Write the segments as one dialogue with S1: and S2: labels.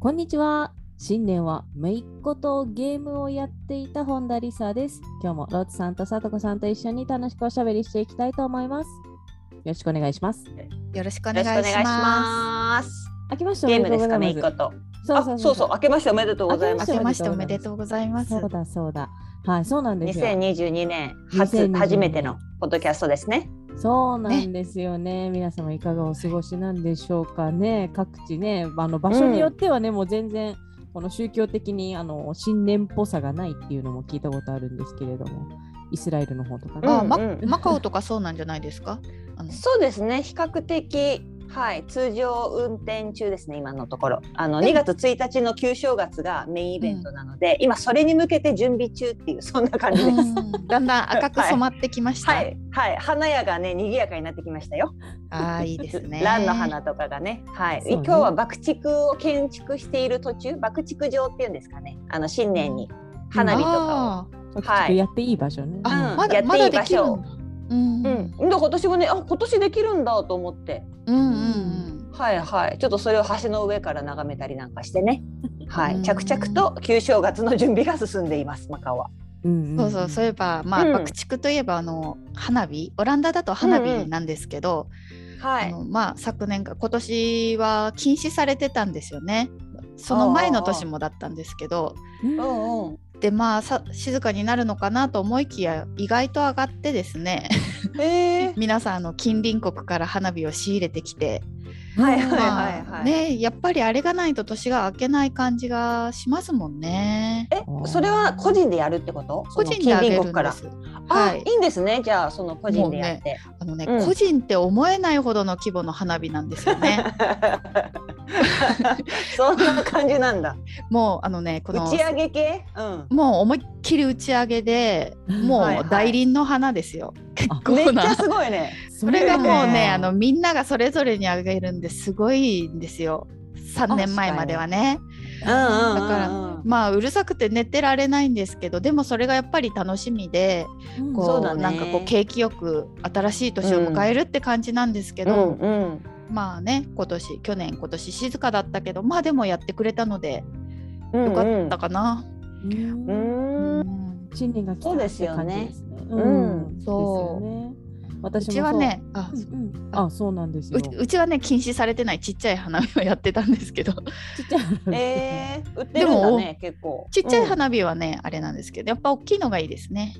S1: こんにちは新年はめいっ子とゲームをやっていた本田理沙です今日もロッツさんとさとこさんと一緒に楽しくおしゃべりしていきたいと思いますよろしくお願いします
S2: よろしくお
S3: お
S2: 願いします
S3: す。
S1: 明けましてお
S3: ゲ
S1: め
S3: ー
S1: でとう
S3: ムで
S1: ご
S3: す
S1: ざ
S3: か
S1: い
S3: ね、
S1: ま
S3: い
S1: す
S3: こと。
S1: そうそう
S3: あ、そうそう、明けましておめでとうござい
S2: 明
S3: ます。
S2: けましておめでとうございます
S1: そうだそうだ。はい、そうなんですよ。
S3: 2022年初
S1: 2022
S3: 初めてのポッドキャストですね。
S1: そうなんですよね。皆様いかがお過ごしなんでしょうかね。各地ね、あの場所によってはね、もう全然この宗教的にあの新年っぽさがないっていうのも聞いたことあるんですけれども、イスラエルの方とかね。
S2: あ、
S3: うん
S2: ま
S3: うん
S2: マカオとかそうなんじゃないですかあの
S3: そうですね、比較的。はい、通常運転中ですね、今のところ。あの
S2: で
S3: 2
S2: も
S3: 月1日の旧正月がメインイベントなので、今それに向けて準備中っていうそんな感じです。
S2: うんだんだん赤く染まってきました、
S3: は、い、はい、花屋がね、賑やかになってきましたよ。
S2: あーいいですね
S3: ランの花とかがね、はい、
S1: そうね
S3: 今日は爆竹を建築している途中、爆竹場っていうんですかね。あの新年に花火とかを。
S2: あー
S1: 各地やっていい場所ね。
S2: あ、
S3: うん
S2: まだ
S3: やっていい
S2: まだできる
S3: 場所
S2: んだうんう
S3: うんん、で今年もね、あ、今年できるんだと思って。
S2: うんうん
S3: はいはい、ちょっとそれを橋の上から眺めたりなんかし てね。は
S2: う
S3: い、
S2: ん
S3: 着々と旧正月の準備が進んでいます。マカオは。
S1: うんん
S2: そうそうそういえばまあ、
S3: うん
S2: 爆竹といえばあの花火オランダだと花
S3: うんう
S2: 火
S3: ん
S2: なんですけど、
S3: は
S2: あ
S3: い。
S2: のまあ昨年か今年は禁止されてたんですよねその前の年もだったんですけど
S1: うん
S3: うんうん。
S2: でまあさ静かになるのかなと思いきや意外と上がってですね
S3: ええ
S2: 皆さんあの近隣国から花火を仕入れてきて、
S3: はいはい
S2: ま
S3: はい
S2: あ
S3: はい。
S2: ねやっぱりあれがないと年が明けない感じがしますもんね。
S3: え、それは個人でやるってこと？
S2: 個人であげ
S3: その近隣
S2: るん
S3: 国か
S2: で
S3: ら。
S2: す。
S3: あ、
S2: はいい、
S3: いんですね。じゃあその個人でやって。
S2: あのね、
S3: うん
S2: 個人って思えないほどの規模の花火なんですよ ね。
S3: そんな感 じなんだ。
S2: もうあのねこの
S3: 打ち上げ系？うん。
S2: もう思いっきり打ち上げで
S1: はい
S2: も
S3: は
S2: う
S3: い
S2: 大輪の花ですよ。
S1: あ
S2: 結
S3: め
S2: 構
S3: っちゃ
S2: な。
S3: すごいね。
S1: そ
S2: それがもうね
S1: は
S2: あのみんながそれぞれにあげるんですごいんですよ。3年前まではね。
S3: うんうん
S2: だから
S3: うん
S2: まあうるさくて寝てられないんですけどでもそれがやっぱり楽しみで
S1: うん
S2: こう
S3: そうだね
S2: なんかこう景気よく新しい年を迎えるって感じなんですけ
S3: う
S2: ど、
S3: んうん。
S2: まあね今年去年今年静かだったけどまあでもやってくれたので
S3: うんうん
S2: よかったかな。
S1: うん
S3: うん。
S2: うん
S1: 新年が来た
S3: そうですよね
S1: って感じですね。
S3: うん
S1: ん
S2: そう
S1: ですよね。
S2: う
S1: 私も
S2: ちはねあ
S1: そう。うんうんあ、そうなんですよ。
S2: うち うちはね禁止されてないちっちゃい花火をやってたんですけど
S1: ちっちゃい話
S3: えー、売ってるんだね結構。
S2: ちっちゃい花火はね、あれなんですけどやっぱ大きいのがいいですね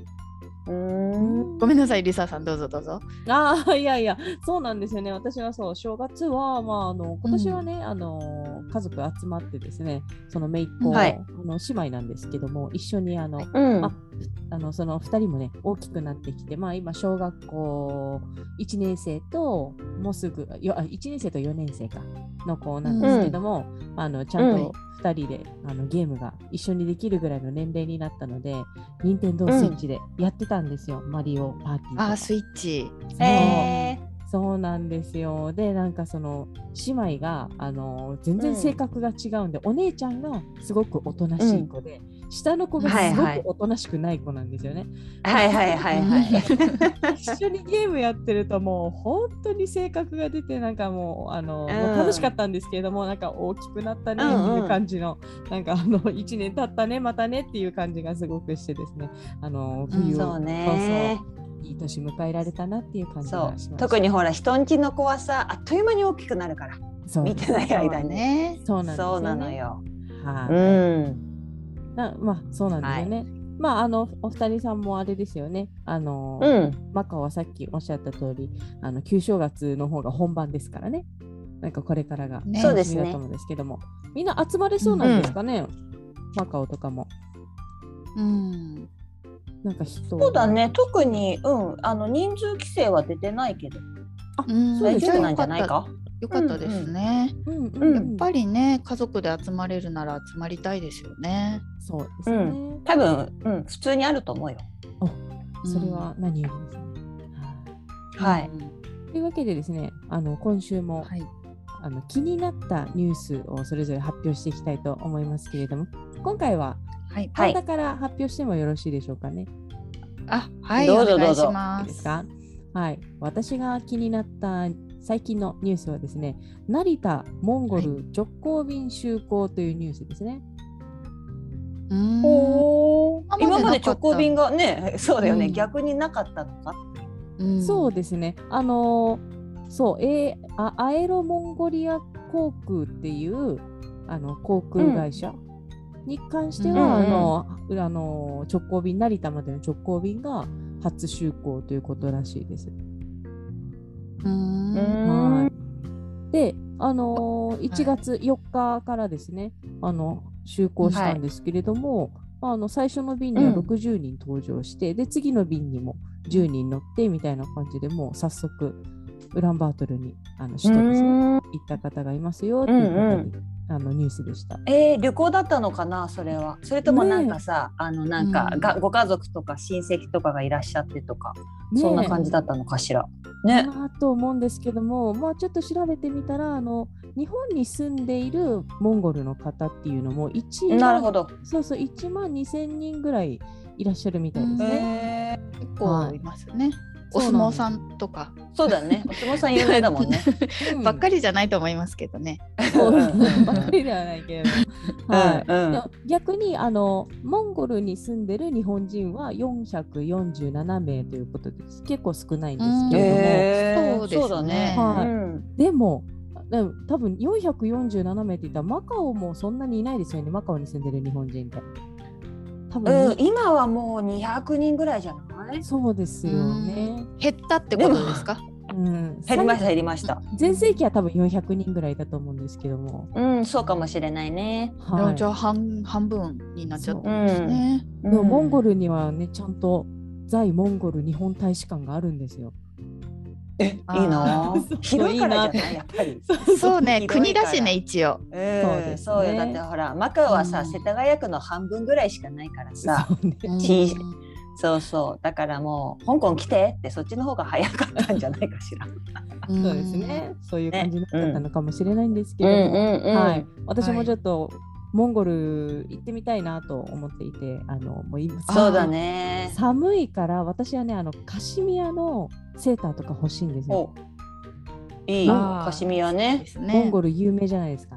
S3: うん。うん。
S2: ごめんなさいリサさんどうぞどうぞ
S1: ああいやいやそうなんですよね私はそう正月はまああの今年はね、あの家族集まってですねその姪っ子、
S3: はい
S1: あの姉妹なんですけども一緒にあの、
S2: はい
S3: うん
S1: ああのその2人もね大きくなってきてまあ今小学校1年生ともうすぐよあ1年生と4年生かの子なんですけども、あのちゃんと2人で、あのゲームが一緒にできるぐらいの年齢になったので任天堂スイッチでやってたんですよ、マリオパーティーとか
S2: あースイッチ
S1: そう
S3: え
S1: そうなんですよ。で、なんかその姉妹があの全然性格が違うんで、お姉ちゃんがすごくおとなしい子で、下の子がすご
S3: はいはい
S1: くおとなしくない子なんですよね。
S3: ー、はいはいはいはい。
S1: 一緒にゲームやってるともう本当に性格が出てなんかもうあの、
S3: ん
S1: もう楽しかったんですけれどもなんか大きくなったねっ
S3: う
S1: て
S3: んうん
S1: いう感じの、なんかあ の1年経ったねまたねっていう感じがすごくしてですねあの冬、
S2: うん
S3: そうね。
S1: いい年迎えられたなっていう感じ
S3: そ
S1: が
S3: う
S1: しました。
S3: 特にほら人んちの子はさあっという間に大きくなるから
S1: そう
S3: 見てない間にね
S2: ね
S1: そうなんですよね
S3: そうなのよ、
S1: はい、
S3: うん
S1: なまあそうなんですよね。まああのお二人さんもあれですよね。あの、
S3: うん
S1: マカオはさっきおっしゃった通り、あの旧正月の方が本番ですからね。なんかこれからが楽しみ
S2: ねそう
S3: ですね
S1: だと思うんですけども、みんな集まれそうなんですかね。マカオとかも
S2: うん
S1: なんか人。
S3: そうだ。ね特にうんあの人数規制は出てないけど
S1: あ、
S2: うん
S1: そう
S3: 大
S1: です
S3: 丈
S1: か
S3: 夫なんじゃないか
S2: 良かったですね、
S1: うんうん
S3: うん
S2: やっぱりね家族で集まれるなら集まりたいですよね。
S1: そうですね。
S3: う多分、うん、普通にあると思うよ。
S1: それは何よりですね。はい
S3: はい。
S2: うん
S1: というわけでですね、あの今週も、
S2: はい
S1: あの気になったニュースをそれぞれ発表していきたいと思いますけれども、今回は
S2: はい、
S3: は
S1: 神
S3: い
S1: 田から発表してもよろしいでしょうかね。
S2: あはい
S3: どうぞ
S2: お願いし
S3: どうぞ
S1: い
S2: ま
S1: いですすか。はい、私が気になった最近のニュースはですね、成田モンゴル直行便就航というニュースですね。
S2: うーん
S3: おお
S2: あ。
S3: 今
S2: 今
S3: ま
S2: ま
S3: で
S2: で
S3: 直行便がね、そうだよね、
S2: うん
S3: 逆になかったのか。
S2: うん
S1: そうですね。あのーそう、えーあアエロモンゴリア航空っていうあの航空会社に関しては、
S3: うんうん
S1: あのあのー直行便成田までの直行便が初就航ということらしいです。
S2: うーん
S1: はい。で、あのー1月4日からですね、あの就航したんですけれども、まああの最初の便には
S3: うん
S1: 60人搭乗して、で次の便にも10人乗ってみたいな感じでもう早速ウランバートルにあの首都ですね、行った方がいますよっていうことで、
S3: うん
S1: あのニュースでした。
S3: えー、旅行だったのかなそれはそれともなんかさ、あのなんか、
S2: うん
S3: がご家族とか親戚とかがいらっしゃってとか、そんな感じだったのかしら
S1: か
S3: ね
S1: なと思うんですけども、まあ、ちょっと調べてみたらあの日本に住んでいるモンゴルの方っていうのも1
S3: な
S1: 万
S3: るほど
S1: そうそう、1万2000人ぐらいいらっしゃるみたいですね。
S3: えー、
S2: 結構いますね。お
S1: そう
S2: 相
S1: なの
S2: 撲さんとか
S3: そうだねお相撲さん有名だもんね
S1: うん
S2: ばっかりじゃないと思いますけどね。
S1: そう
S3: うん
S1: ばっかりではないけれども。はい
S3: うん
S1: でも逆にあのモンゴルに住んでる日本人は447名ということです結構少ないんですけれども、
S3: えー
S2: そうですね。
S1: は
S3: う
S1: い
S3: ん
S1: でもでも多分447名って言ったらマカオもそんなにいないですよねマカオに住んでる日本人って多分、
S3: うん、今はもう200人ぐらいじゃない
S1: そうですよね、
S2: 減ったってことですか？
S1: うん、
S3: 減りました減りました
S1: 全盛期は多分400人ぐらいだと思うんですけども、
S3: うんそうかもしれないね、
S1: はい、
S2: じゃあ半半分になっちゃった
S3: うん
S2: です
S3: ん
S2: ね。
S3: う
S1: でも
S3: ん、
S1: モンゴルにはねちゃんと在モンゴル日本大使館があるんですよ。
S3: えいいな
S1: あー
S3: 広いからじゃないやっぱり
S2: そう ね、
S3: 広
S2: 国
S3: いから
S2: だしね一
S1: そ
S2: 応。
S1: うです
S3: う
S1: ね
S3: ん、そうよだってほらマカオはさ、
S2: うん
S3: 世田谷区の半分ぐらいしかないからさ
S1: そうね
S2: うん
S3: ちそうそうだからもう香港来てってそっちの方が早かったんじゃないかしら。
S1: そうです。ね。そういう感じになっちゃったのかもしれないんですけれども、
S3: う
S1: はい、私
S2: は
S1: も
S2: い
S1: ちょっとモンゴル行ってみたいなと思っていて、あのもう今
S3: そうだね。
S1: 寒いから私はねあのカシミヤのセーターとか欲しいんですよ。
S3: おいいよ
S2: あー
S3: カシミヤ
S2: うんで
S3: ね。
S2: す
S1: モン
S2: ね。
S1: ゴル有名じゃないですか。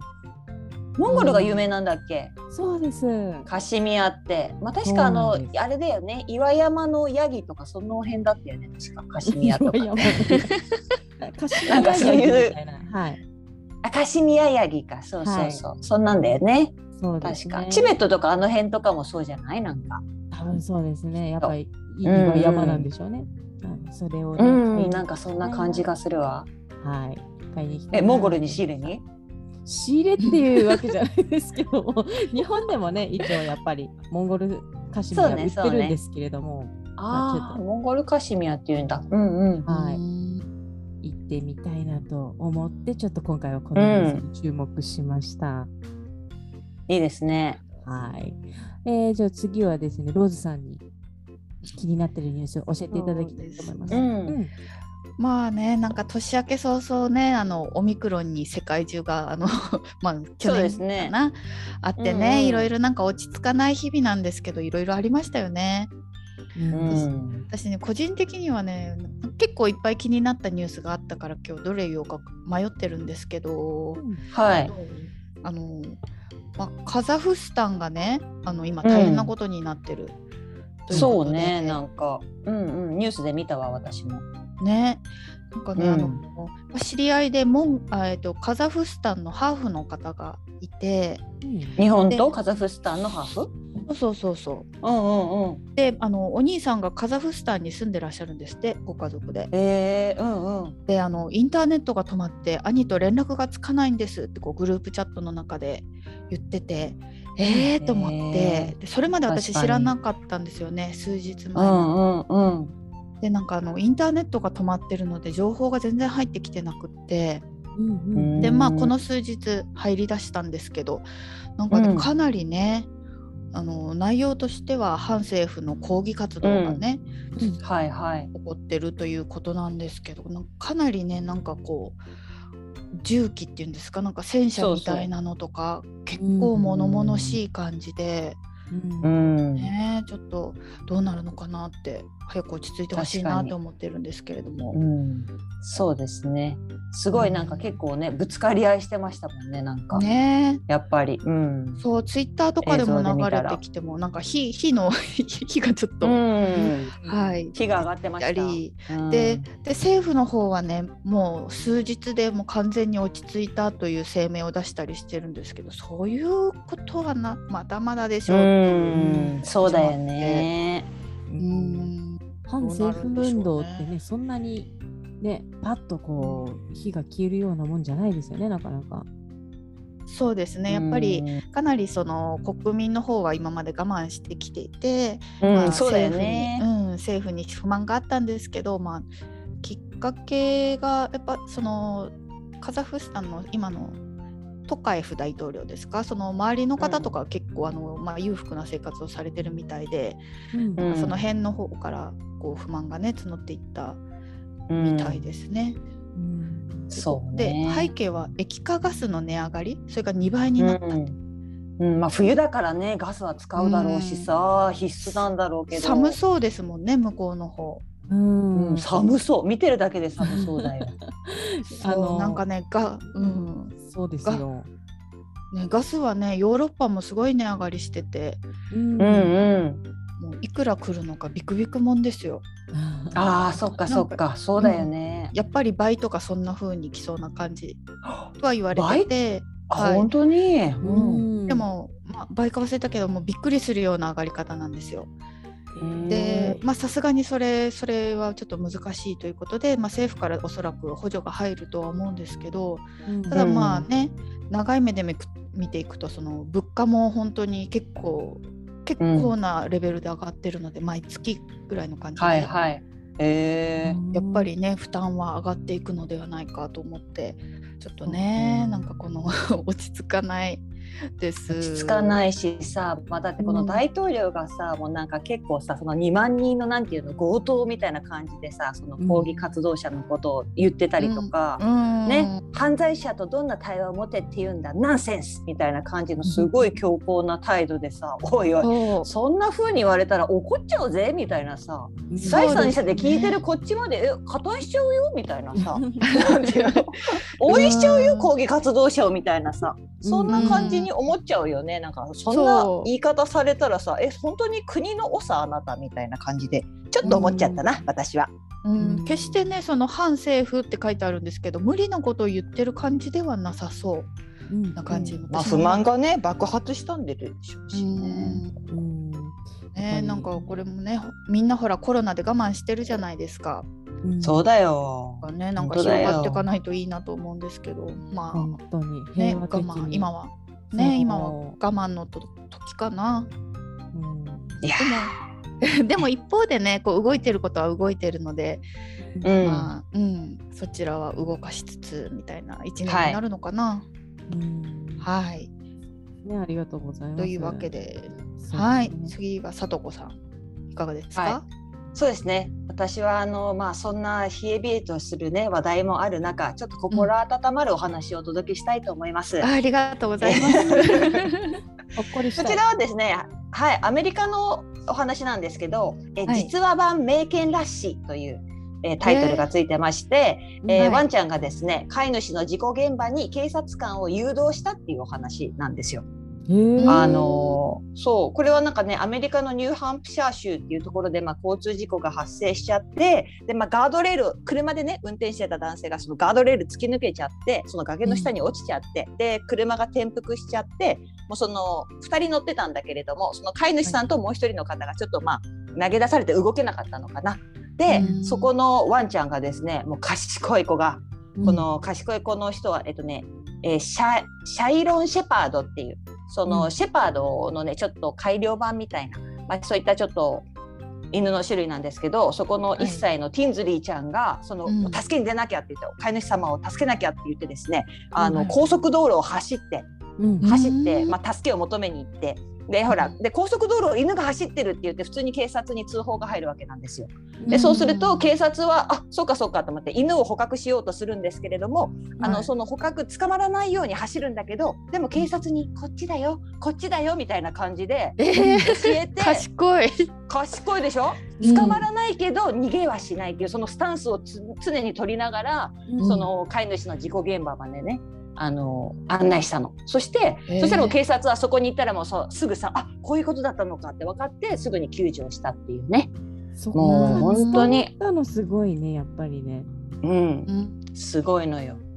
S3: モンゴルが有名なんだっけ？
S1: そうです。
S3: カシミヤって、まあ確かあ
S1: そう
S3: の
S1: なんです
S3: あれだよね。岩山のヤギとかその辺だったよね。確かカシミヤとか。
S1: いやいやも うカシミヤ
S3: なんかそういう
S1: みたいな。はい。
S3: あカシミヤヤギか。そうそうそう。そんなんだよね。
S1: そうです
S3: 確
S1: ね。
S3: か。チベットとかあの辺とかもそうじゃないなんか。
S1: 多分そうですね。やっぱり
S3: ん
S1: 岩は山なんでしょうね。うんそれをね、買いに
S3: なんかそんな感じがするわ。
S1: はい、買いに来て。
S3: えモンゴルに仕入れに？
S1: 仕入れっていうわけじゃないですけども、日本でもね、一応やっぱりモンゴル菓子が売っ
S3: そう
S1: て
S3: ねそう
S1: るん
S3: ね
S1: ですけれども、
S3: あ
S1: ちょっ
S3: あ
S1: と
S3: モンゴルカシミヤって言うんだ。うんうん。
S1: はい
S2: い。
S1: 行ってみたいなと思って、ちょっと今回はこのニュースに注目しました。
S3: いいですね。
S1: はい。えー、じゃあ次はですね、ローズさんに気になってるニュースを教えていただきたいと思います。
S3: うん
S1: うん
S2: まあね、なんか年明け早々ね、あのオミクロンに世界中があの まあ去
S3: そうで
S2: 年
S3: すね
S2: かな、あってね、
S3: うんうん
S2: いろいろなんか落ち着かない日々なんですけど、いろいろありましたよね。
S3: うん
S2: 私ね個人的にはね、結構いっぱい気になったニュースがあったから、今日どれ言おうか迷ってるんですけど、
S3: はい。
S2: あのまあカザフスタンがね、あの今大変なことになってる。といこ
S3: そう
S2: とで
S3: ね、なんか、うんうん、ニュースで見たわ、私も。
S2: ね。なんかね、
S3: うん
S2: あの知り合いでモンあえっとカザフスタンのハーフの方がいて、
S1: うん
S3: 日本と
S2: で
S3: カザフスタンのハーフ。
S2: そうそうそうそう。
S3: うんうんうん。
S2: で、あのお兄さんがカザフスタンに住んでらっしゃるんですって、ご家族で。
S3: ええうんうん。
S2: で、あのインターネットが止まって兄と連絡がつかないんですってこうグループチャットの中で言ってて、えーと思って
S3: へ、
S2: でそれまで私
S3: 確かに
S2: 知らなかったんですよね、数日前
S3: う
S2: まで。
S3: んうんうん。
S2: でなんかあのインターネットが止まってるので情報が全然入ってきてなくって
S1: うん
S2: でまあこの数日入り出したんですけどなんか
S3: う
S2: ね
S3: ん
S2: かなりね、あの内容としては反政府の抗議活動がね、
S3: はいはい。
S2: 起こってるということなんですけどなんかかなりねなんかこう重機っていうんですかなんか戦車みたいなのとか結構物々しい感じで、
S1: うん
S3: うん。
S2: ねちょっとどうなるのかなって早く落ち着いてほしい
S3: 確
S2: な
S3: かに
S2: と思ってるんですけれども
S3: う。ん。そうですね。すごいなんか結構ねぶつかり合いしてましたもんねなんか。
S2: ね
S3: やっぱり。うん。
S2: そうツイッターとかでも
S3: 映像で
S2: 流
S3: 見た
S2: れて
S3: ら
S2: きてもなんか火火の火がちょっと、
S3: うん。
S2: はい
S3: 火が上がってま
S2: や
S3: した。
S2: り
S3: うん
S2: でで政府の方はねもう数日でもう完全に落ち着いたという声明を出したりしてるんですけどそういうことはなまだまだでしょ
S3: う
S2: う。
S3: ん。そうだよね。
S2: うん
S1: 反政府運動ってね、そんなにね、パッとこう、火が消えるようなもんじゃないですよね、なかなか。
S2: そうですねやっぱりかなりその国民の方は今まで我慢してきていて、
S3: うん、
S2: まあ
S3: そうだよね。
S2: 政府にうん、政府に不満があったんですけど、まあ、きっかけがやっぱそのカザフスタンの今のトカエフ大統領ですかその周りの方とかは結構、あのまあ、裕福な生活をされてるみたいで、
S1: うん
S3: うん
S2: その辺の方からこう不満がね募っていった
S3: うん
S2: みたいですね。
S1: うん
S3: そう
S2: で
S3: ね。
S2: 背景は液化ガスの値上がりそれが2倍になったっていう
S3: うん、うんまあ冬だからねガスは使うだろうしさ、必須なんだろうけど
S2: 寒そうですもんね向こうの方
S1: うん
S3: うん、寒そう見てるだけで寒そ うだよ
S1: あの
S2: そうなんかねが、うん
S1: そうですよ。
S2: ね、ガスはねヨーロッパもすごい値上がりしてて
S1: うん
S3: うん
S2: もういくら来るのかビクビクもんですよ
S3: ああそっかそっかそうだよね、
S2: やっぱり倍とかそんな風に来そうな感じとは言われてて
S3: あ
S2: はい
S3: 本当に、う
S1: うんん
S2: で、も、まあ、倍か忘れたけどもうびっくりするような上がり方なんですよ。でまあさすがにそれそれはちょっと難しいということで、まあ、政府からおそらく補助が入るとは思うんですけど、
S1: うん
S2: ただまあね、長い目で見く見ていくとその物価も本当に結構結構なレベルで上がってるので、毎月ぐらいの感じで、
S3: はいはいえー
S2: やっぱりね負担は上がっていくのではないかと思ってちょっとね、
S1: うん
S2: なんかこの落ち着かないです。
S3: 落ち着かないしさ、まあ、だってこの大統領がさ、もうなんか結構さその2万人のなんていうの強盗みたいな感じでさその抗議活動者のことを言ってたりとか、
S2: うん
S3: ね、犯罪者とどんな対話を持てっていうんだナンセンスみたいな感じのすごい強硬な態度でさ、おいおい
S2: そう
S3: そんな風に言われたら怒っちゃうぜみたいなさ
S1: うん
S2: そう
S3: 第
S2: ですね
S3: 三者で聞いてるこっちまで、え加担しちゃうよみたいなさなんていうの応援しちゃうよ抗議活動者をみたいなさそんな感じに思っちゃうよねなんかそんな
S2: そう
S3: 言い方されたらさえ本当に国の長あなたみたいな感じでちょっと思っちゃったな、私は。
S2: うん、決してねその反政府って書いてあるんですけど無理なことを言ってる感じではなさそう
S1: うん
S2: な感じも、
S3: まあ不満がね爆発したんでるでしょうしね。
S2: ね
S1: うん
S2: ね、なんかこれもねほみんなほらコロナで我慢してるじゃないですか。
S1: うん
S3: そうだよ。
S2: がね、なんか
S3: 本当だ
S2: 広
S3: よ
S2: がっていかないといいなと思うんですけどま
S1: 本
S2: あ
S1: 当に
S2: ね
S1: 平
S2: 我
S1: 和的
S2: 慢
S1: に
S2: 今は
S1: そう
S2: ね今は我慢のと時かな。
S1: うん
S3: いや
S2: でも でも一方でねこう動いてることは動いてるので、
S3: うん
S2: まあうん、そちらは動かしつつみたいな一年に
S3: はい
S2: なるのかな。
S1: うん
S2: はい、
S1: ねありがとうございます
S2: というわけで、
S1: そう
S2: はい
S1: ですね
S2: 次はさとこさんいかがですか、
S3: はそうですね私はあの、まあ、そんな冷え冷えとする、ね、話題もある中ちょっと心温まるお話をお届けしたいと思います。
S2: あありがとうございます。
S1: ほっこりし
S3: こ
S1: た
S3: ち
S1: い
S3: らはですね、はい、アメリカのお話なんですけど「え
S2: はい
S3: 実話版名犬ラッシー」という、えータイトルがついてまして、えー
S2: はい
S3: ワンちゃんがですね飼い主の事故現場に警察官を誘導したっていうお話なんですよ。
S1: へー
S3: あのーそうこれはなんかねアメリカのニューハンプシャー州っていうところで、まあ、交通事故が発生しちゃってで、まあ、ガードレール車でね運転してた男性がそのガードレール突き抜けちゃってその崖の下に落ちちゃって、で車が転覆しちゃってもうその2人乗ってたんだけれどもその飼い主さんともう1人の方がちょっとまあ投げ出されて動けなかったのかな。で、
S2: うん
S3: そこのワンちゃんがですねもう賢い子がこの賢い子の人は、えっとね、えーシャシャイロン・シェパードっていうそうの
S1: ん
S3: シェパードのねちょっと改良版みたいな、まあ、そういったちょっと犬の種類なんですけどそこの
S2: はい
S3: 1歳のティンズリーちゃんがその、
S2: うん
S3: 助けに出なきゃって言って飼い主様を助けなきゃって言ってですねあの、
S2: はい
S3: 高速道路を走って
S1: うん
S2: うん
S3: 走って、
S2: うん
S3: まあ、助けを求めに行ってでほらで高速道路を犬が走ってるって言って普通に警察に通報が入るわけなんですよ。
S2: う
S3: で
S2: ん
S3: そうすると警察はあそうかそうかと思って犬を捕獲しようとするんですけれどもあの、
S1: はい
S3: その捕獲捕まらないように走るんだけどでも警察にこっちだよこっちだよみたいな感じで
S2: え
S3: 教
S2: ー、
S3: えて
S2: 賢い。
S3: 賢いでしょ
S1: うん
S3: 捕まらないけど逃げはしないっていうそのスタンスをつ常に取りながら
S1: うん
S3: その飼い主の事故現場までねあの案内したのそして、
S2: へえ
S3: そしたらもう警察はそこに行ったらもうそうすぐさあこういうことだったのかって分かってすぐに救助をしたっていうね、
S1: そ
S3: も
S2: う
S1: こ
S2: 本
S3: 当に
S1: 伝わったのすごいねやっぱりね。
S3: うん、
S2: うん
S3: すごいの
S1: う
S3: よ。
S1: ん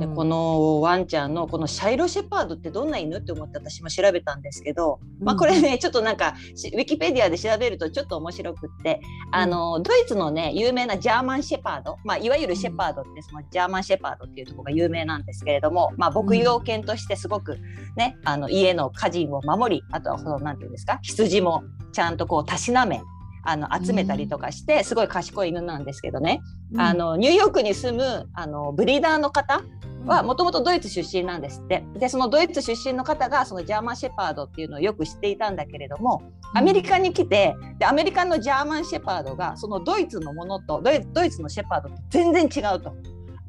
S3: でこのワンちゃんのこのシャイロシェパードってどんな犬って思って私も調べたんですけど、まあ、これね ちょっとなんかしウィキペディアで調べるとちょっと面白くってあのドイツのね有名なジャーマンシェパード、まあ、いわゆるシェパードってそのジャーマンシェパードっていうところが有名なんですけれども、まあ、牧羊犬としてすごく、ね、あの家の家人を守りあとはそのなんていうんですか羊もちゃんとこうたしなめあの集めたりとかしてすごい賢い犬なんですけどね、
S1: うん
S3: あのニューヨークに住むあのブリーダーの方はもともとドイツ出身なんですってでそのドイツ出身の方がそのジャーマンシェパードっていうのをよく知っていたんだけれどもアメリカに来てでアメリカのジャーマンシェパードがそのドイツのものとドイドイツのシェパードと全然違うと。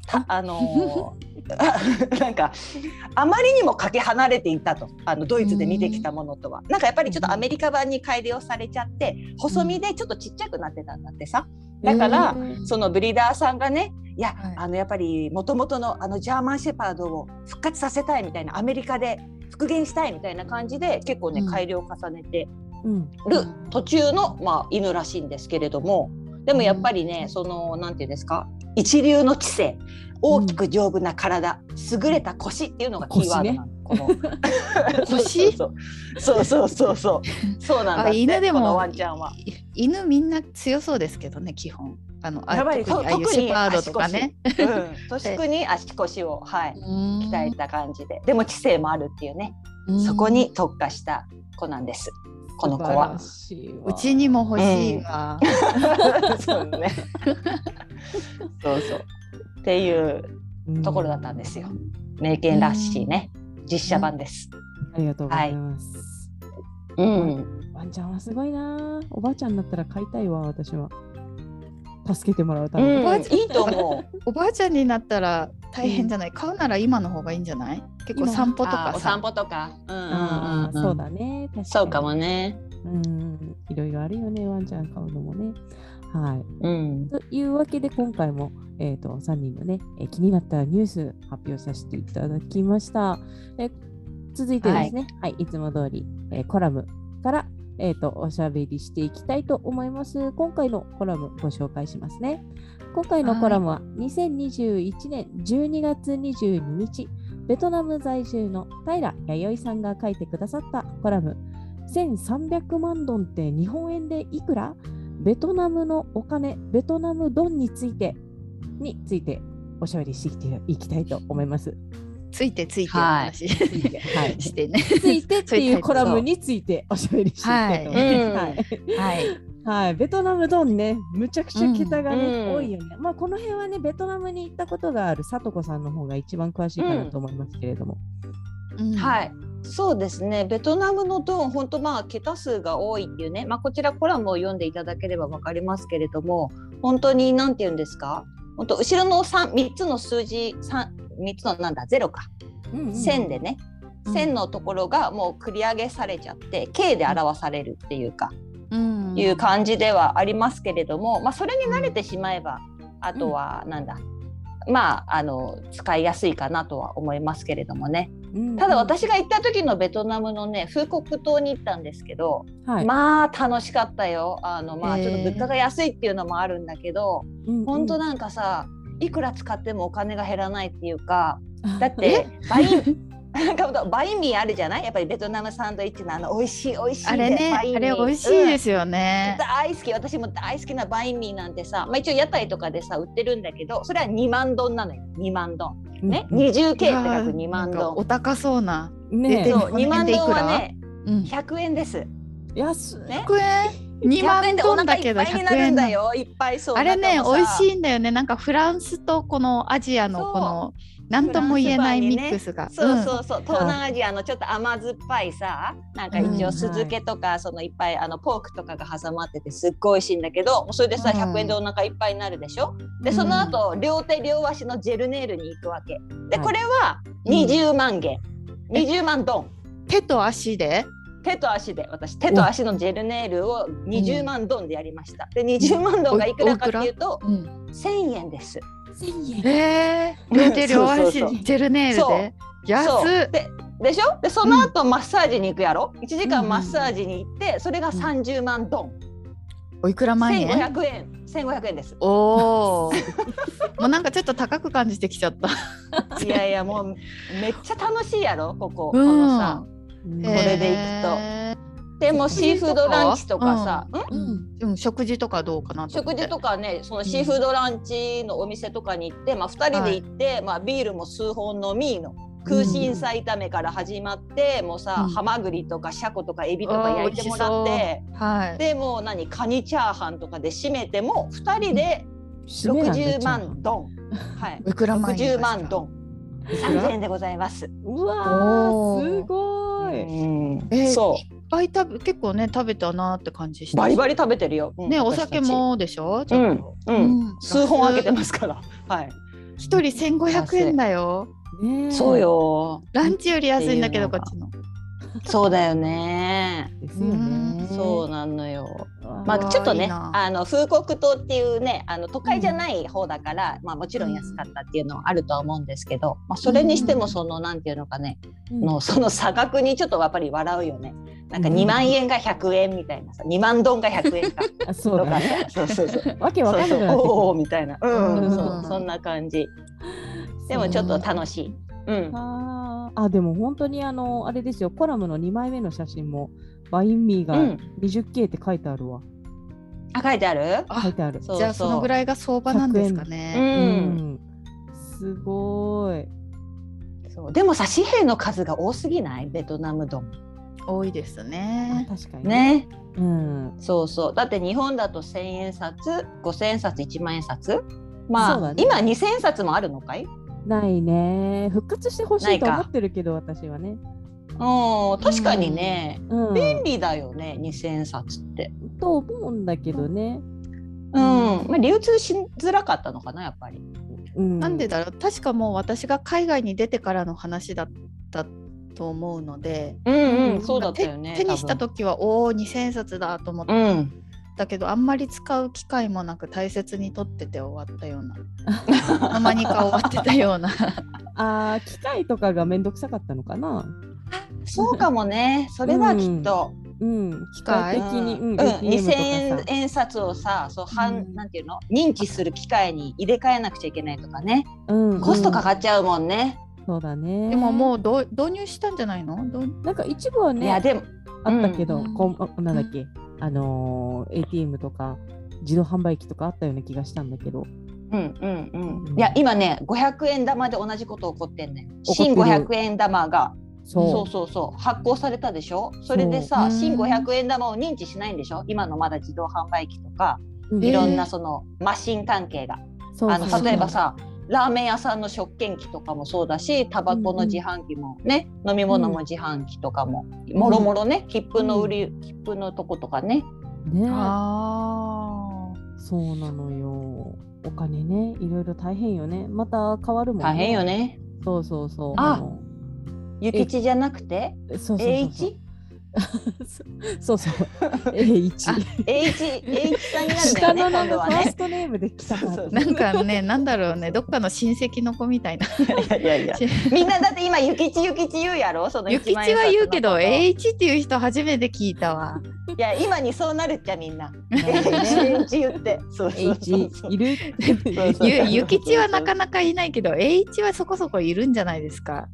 S3: たあのー なんかあまりにもかけ離れていたとあのドイツで見てきたものとはなんかやっぱりちょっとアメリカ版に改良されちゃって細身でちょっとちっちゃくなってたんだってさだから、
S2: うん
S3: そのブリーダーさんがねいや、
S2: はい
S3: あのやっぱりもともとのあのジャーマンシェパードを復活させたいみたいなアメリカで復元したいみたいな感じで結構ね
S2: うん
S3: 改良を重ねて
S1: うん
S3: る
S2: うん
S3: 途中の、まあ、犬らしいんですけれどもでもやっぱりね、そのなんていうんですか一流の知性大きく丈夫な体、優れた腰っていうのがキーワードなの。この
S2: 腰
S3: そうそうそうそうそうそうなんだっ
S2: あ
S3: て
S2: 犬でも
S3: このワンちゃんは。
S2: い犬みんな強そうですけどね基本あのあ
S3: やっぱり
S2: 特にああいうシェパードとかね。
S3: 特 に足腰うん特に足腰をはい鍛えた感じで、でも知性もあるっていうね、
S2: うん
S3: そこに特化した子なん です。この子は。
S1: 素晴らしいわ
S2: うちにも欲しいわ。
S3: そうね。そうそう。っていうところだったんですよ。名犬らしいね、実写版です。
S1: ありがとうございます。
S3: うん。
S1: ワンちゃんはすごいな。おばあちゃんになったら飼いたいわ、私は。助けてもらうた
S3: う
S1: めに。
S3: ん、
S2: ばあ
S3: い
S2: ちゃん
S3: いと思う。
S2: おばあちゃんになったら大変じゃない、飼うなら今の方がいいんじゃない結構
S1: 今
S2: 散歩と
S3: あ
S2: か
S3: お
S2: さ
S3: 散歩とか。うん
S1: ああ、
S3: んんん
S1: そう。だね。確かに
S3: そうか。もね。
S1: うん、いろいろあるよね、ワンちゃん飼うのもね。はい。
S3: うん。
S1: というわけで今回も、えー、と3人のね、えー気になったニュース発表させていただきました。えー続いてですね、はい、い、つも通り、えーコラムから、えー、とおしゃべりしていきたいと思います。今回のコラムご紹介しますね。今回のコラムは2021年12月22日、ベトナム在住の平弥生さんが書いてくださったコラム1300万ドンって日本円でいくらベトナムのお金、ベトナムドンについてについておしゃべりしていきたいと思い ます。
S2: ついてついての
S3: はい
S2: 話、
S1: はい、
S2: してね。
S1: ついてっていうコラム
S2: に。
S1: についておしゃべりしていきたいと思います。
S3: はい
S1: は
S3: う
S1: い
S2: はい。
S1: はい、ベトナムドンね、むちゃくちゃ桁がね、
S3: うん
S1: 多いよね。まあ、この辺はね、ベトナムに行ったことがあるさとこさんの方が一番詳しいかなと思いますけれども。
S2: うん
S3: はい。そうですねベトナムのドン本当まあ桁数が多いっていうね、まあ、こちらコラムを読んでいただければ分かりますけれども本当に何て言うんですか本当後ろの 3, 3つの数字 3, 3つのなんだ0か
S1: うんうん
S3: 線でね、
S2: うん
S3: 線のところがもう繰り上げされちゃって K で表されるっていうか、
S2: うん
S3: いう感じではありますけれども、まあ、それに慣れてしまえば、あとはなんだ、まああの使いやすいかなとは思いますけれどもね。
S1: うんうん
S3: ただ、私が行った時のベトナムのねフーコック島に行ったんですけど、
S1: はい、
S3: まあ楽しかったよあのまあ
S2: へー
S3: ちょっと物価が安いっていうのもあるんだけど、本当
S1: だ。
S3: なんかさいくら使ってもお金が減らないっていうかだっ
S1: え
S3: てバイン なんかほんとバインミーあるじゃないやっぱりベトナムサンドイッチのあの美味しい美味しい、
S2: あれね、あれ美味しいですすよね。
S3: 大好き私も大好きなバインミーなんてさ、まあ、一応屋台とかでさ売ってるんだけどそれは2万ドンなのよ2万ドンね
S1: うん
S3: 20K って書く
S2: いやー
S3: 2万
S2: なんか
S3: ドン
S2: お高そうな。
S1: ね
S2: 出て
S3: そう、
S2: この
S3: 2万
S2: 辺でい
S3: ド
S2: く
S3: ン
S2: ら
S3: はね、
S2: うん。
S3: 100円です。
S1: 安い
S3: ね
S2: 100円2
S3: 200
S2: 万
S3: 円で
S2: ト
S3: お
S2: ン
S3: 腹
S2: だ
S3: い
S2: け
S3: っ
S2: ど
S3: ぱいにな
S2: 100
S3: るん
S2: 円
S3: だ
S2: な
S3: よ。いっぱいそう。
S2: あれね
S3: 中も
S2: 美味
S3: さ
S2: しいんだよねなんかフランスとこのアジア
S3: そ
S2: の
S3: う
S2: この何とも言えないミックスが
S3: そう
S2: うん
S3: そうそう、東南アジアのちょっと甘酸っぱいさなんか
S2: うん
S3: 一
S2: は
S3: 応
S2: い
S3: 酢漬けとかそのいっぱいあのポークとかが挟まっててすっごい美味しいんだけどそれでさ
S2: うん
S3: 100円でお腹いっぱいになるでしょで
S2: うん
S3: その後両手両足のジェルネイルに行くわけで
S1: はい
S3: これは20万元
S2: え
S3: 20万ドン
S2: 手と足で
S3: 手と足で私手と足のジェルネイルを20万ドンでやりましたで20万ドンがいくらかっていうと
S2: うん
S3: 1000円です
S1: 1000円。
S2: えー両手両
S3: そう
S2: 足
S3: そうそう
S2: ジェルネイル
S3: そう
S2: で安
S3: そ
S2: っ
S3: うででしょでその後マッサージに行くやろ1時間マッサージに行ってそれが30万ドン、
S2: おいくら万円
S3: 1500円1500 円です
S2: おお もうなんかちょっと高く感じてきちゃった
S3: いやいやもうめっちゃ楽しいやろこ こ、
S2: うん
S3: このさ
S1: うん
S3: これでいくとでもシーフードランチとかさ、ん
S2: うんうん食事とかどうかなと思
S3: 食
S2: って
S3: 事とかねそのシーフードランチのお店とかに行って、まあ、2人で行って、まあ、ビールも数本飲みの空心菜炒めから始まって、もうさ、
S2: うん
S3: ハマグリとかシャコとかエビとか焼いてもらっ
S2: あー美味
S3: て。
S2: はい
S3: でもう何カニチャーハンとかで締めても2人で
S1: 締めなんだ
S3: 60万。ドン、はい、
S2: おいくら万円
S3: 60万ド
S2: ン
S3: ン3000円でございます。
S1: ちゃんうわ
S2: お
S1: ー、
S2: ー
S1: すごい。
S3: うん
S2: えー
S3: そ
S2: いっぱい食べ結構ね食べたなって感じし
S3: う
S2: た
S3: バリバリ食べてるよ。うん
S2: ねお
S3: 私たち
S2: 酒もでしょち
S3: う
S2: ょっ
S3: ん
S2: と、
S3: うん、
S2: うん
S3: 数本開けてますから。はい、
S2: 一人千五百円だよ
S1: ねえ
S3: そう。よ。
S2: ランチより安いんだけど
S3: って
S2: こ
S3: いうのが
S2: っちの
S3: そうだよね。
S1: ですよね。
S3: そうなのよ。ま
S1: ま
S3: あ
S1: あ、
S2: わー
S3: ちょっとね
S2: いいな
S3: あの風国島っていうねあの都会じゃない方だから、まあもちろん安かったっていうのはあるとは思うんですけど、まあそれにしてもそのなんていうのかねのその差額にちょっとやっぱり笑うよね。なんか
S1: うん
S3: 2万円が100円みたいなさ、2万ドンが100円か
S1: あ そう
S3: と
S1: だ
S3: か
S1: ね。
S3: ね。そうそうそう。そう
S1: わけわかんな
S3: そ
S1: く
S3: う
S1: なってき
S3: おーおーみたいな。うん、
S1: うん
S3: そうそんな感じ。
S1: た
S3: でもちょっと楽しい。うん。
S1: あーあでも本当にあのあれですよコラムの2枚目の写真もバインミー
S3: う
S1: が
S3: ん。
S1: 20K って書いてあるわ、
S3: あ書いてある？
S2: あ
S1: 書いてある
S3: そう
S2: じゃあそのぐらいが相場なんですか
S3: う
S2: ね
S3: ん。
S1: すごーい
S3: そうでもさ紙幣の数が多すぎないベトナムドン。
S2: 多いです
S1: あ
S2: ね
S1: 確かに
S3: ね。
S1: うん
S3: そうそう。だって日本だと1000円札、5000円札、1万円札。ま
S1: そう
S3: あ、
S1: だね
S3: 今2000円札もあるのかい？
S1: ないね復活してほし
S3: ないい
S1: と
S3: か
S1: 思ってるけど私はね、
S3: うん。確かにね。
S1: うん、
S3: 便利だよね2000円札って。
S1: と思うんだけどね、
S3: うん、まあ、流通しづらかったのかなやっぱり。
S1: うん、
S2: なんでだろう確かもう私が海外に出てからの話だったと思うので
S3: うん
S1: うん
S3: そうだったよね。
S2: 手手にした
S3: 多分
S2: 時はおお二千円札だと思っ
S3: うん、
S2: たけどあんまり使う機会もなく大切に取ってて終わったような たまにか終わってたような
S1: あー機械とかがめんどくさかったのかな
S3: そうかも ねそれはきっと、
S1: うん機械
S2: 械
S3: う
S1: 的
S3: ん
S1: に、
S3: うん
S1: ATM とかさ
S3: 2,000円円札をさそう、は、
S2: うんん
S3: なんていうの認知する機会に入れ替えなくちゃいけないとかね
S1: うん
S3: コストかかっちゃうもんね。
S1: うんそうだね
S2: でももうどう導入したんじゃないのどう
S1: なんか一部はい
S3: や
S1: ね
S3: でも
S1: あったけど、
S2: うん
S1: こんあなんだっけ、あのー ATM とか自動販売機とかあったような気がしたんだけど、
S3: うんうんう
S1: うん
S3: ん、いや今ね500円玉で同じこと起こってんねん
S1: 起
S3: 新
S1: こってる
S3: 500円玉が
S1: そう
S3: そうそうそう発行されたでしょそれで
S2: そ
S3: さ
S2: う
S3: 新500円玉を認知しないんでしょ今のまだ自動販売機とか
S1: うん
S3: いろん
S2: え
S3: な
S2: ー
S3: そのマシン関係が、
S1: そう
S3: あ
S1: そ
S3: の
S1: う
S3: 例えばさラーメン屋さんの食券機とかもそうだしタバコの自販機もね、飲み物も自販機とかも、もろもろね切符の売り、切符のとことかね
S1: ね
S2: あー
S1: そうなのよお金ねいろいろ大変よねまた変わるもん
S3: 大変よね
S1: そうそうそう
S3: あ
S1: の
S3: 諭吉じゃなくて
S1: そうそうそう
S3: A1?
S1: そうそう A1
S3: A1, A1 さんになるんだ
S1: 下
S3: よね
S1: のな
S3: 今
S1: ん
S3: 度
S1: か
S3: は
S1: ファー
S3: ね
S1: ス。トネームで来たから
S3: そうそう
S2: なんかね、なんだろうね、どっかの親戚の子みたいな。
S3: いやいやいやみんなだって今ゆきちゆきち言うやろそ の
S2: ゆきち
S3: 一万円
S2: は
S3: 札の
S2: 言うけど、
S3: こと
S2: A1 っていう人初めて聞いたわ。
S3: いや今にそうなるっちゃみんな
S1: ね
S3: A1 言ってそうそうそうそ
S1: H
S3: う
S1: いる
S3: そ うそう
S2: ゆゆきちはなかなかいないけど、A1 はそこそこいるんじゃないですか。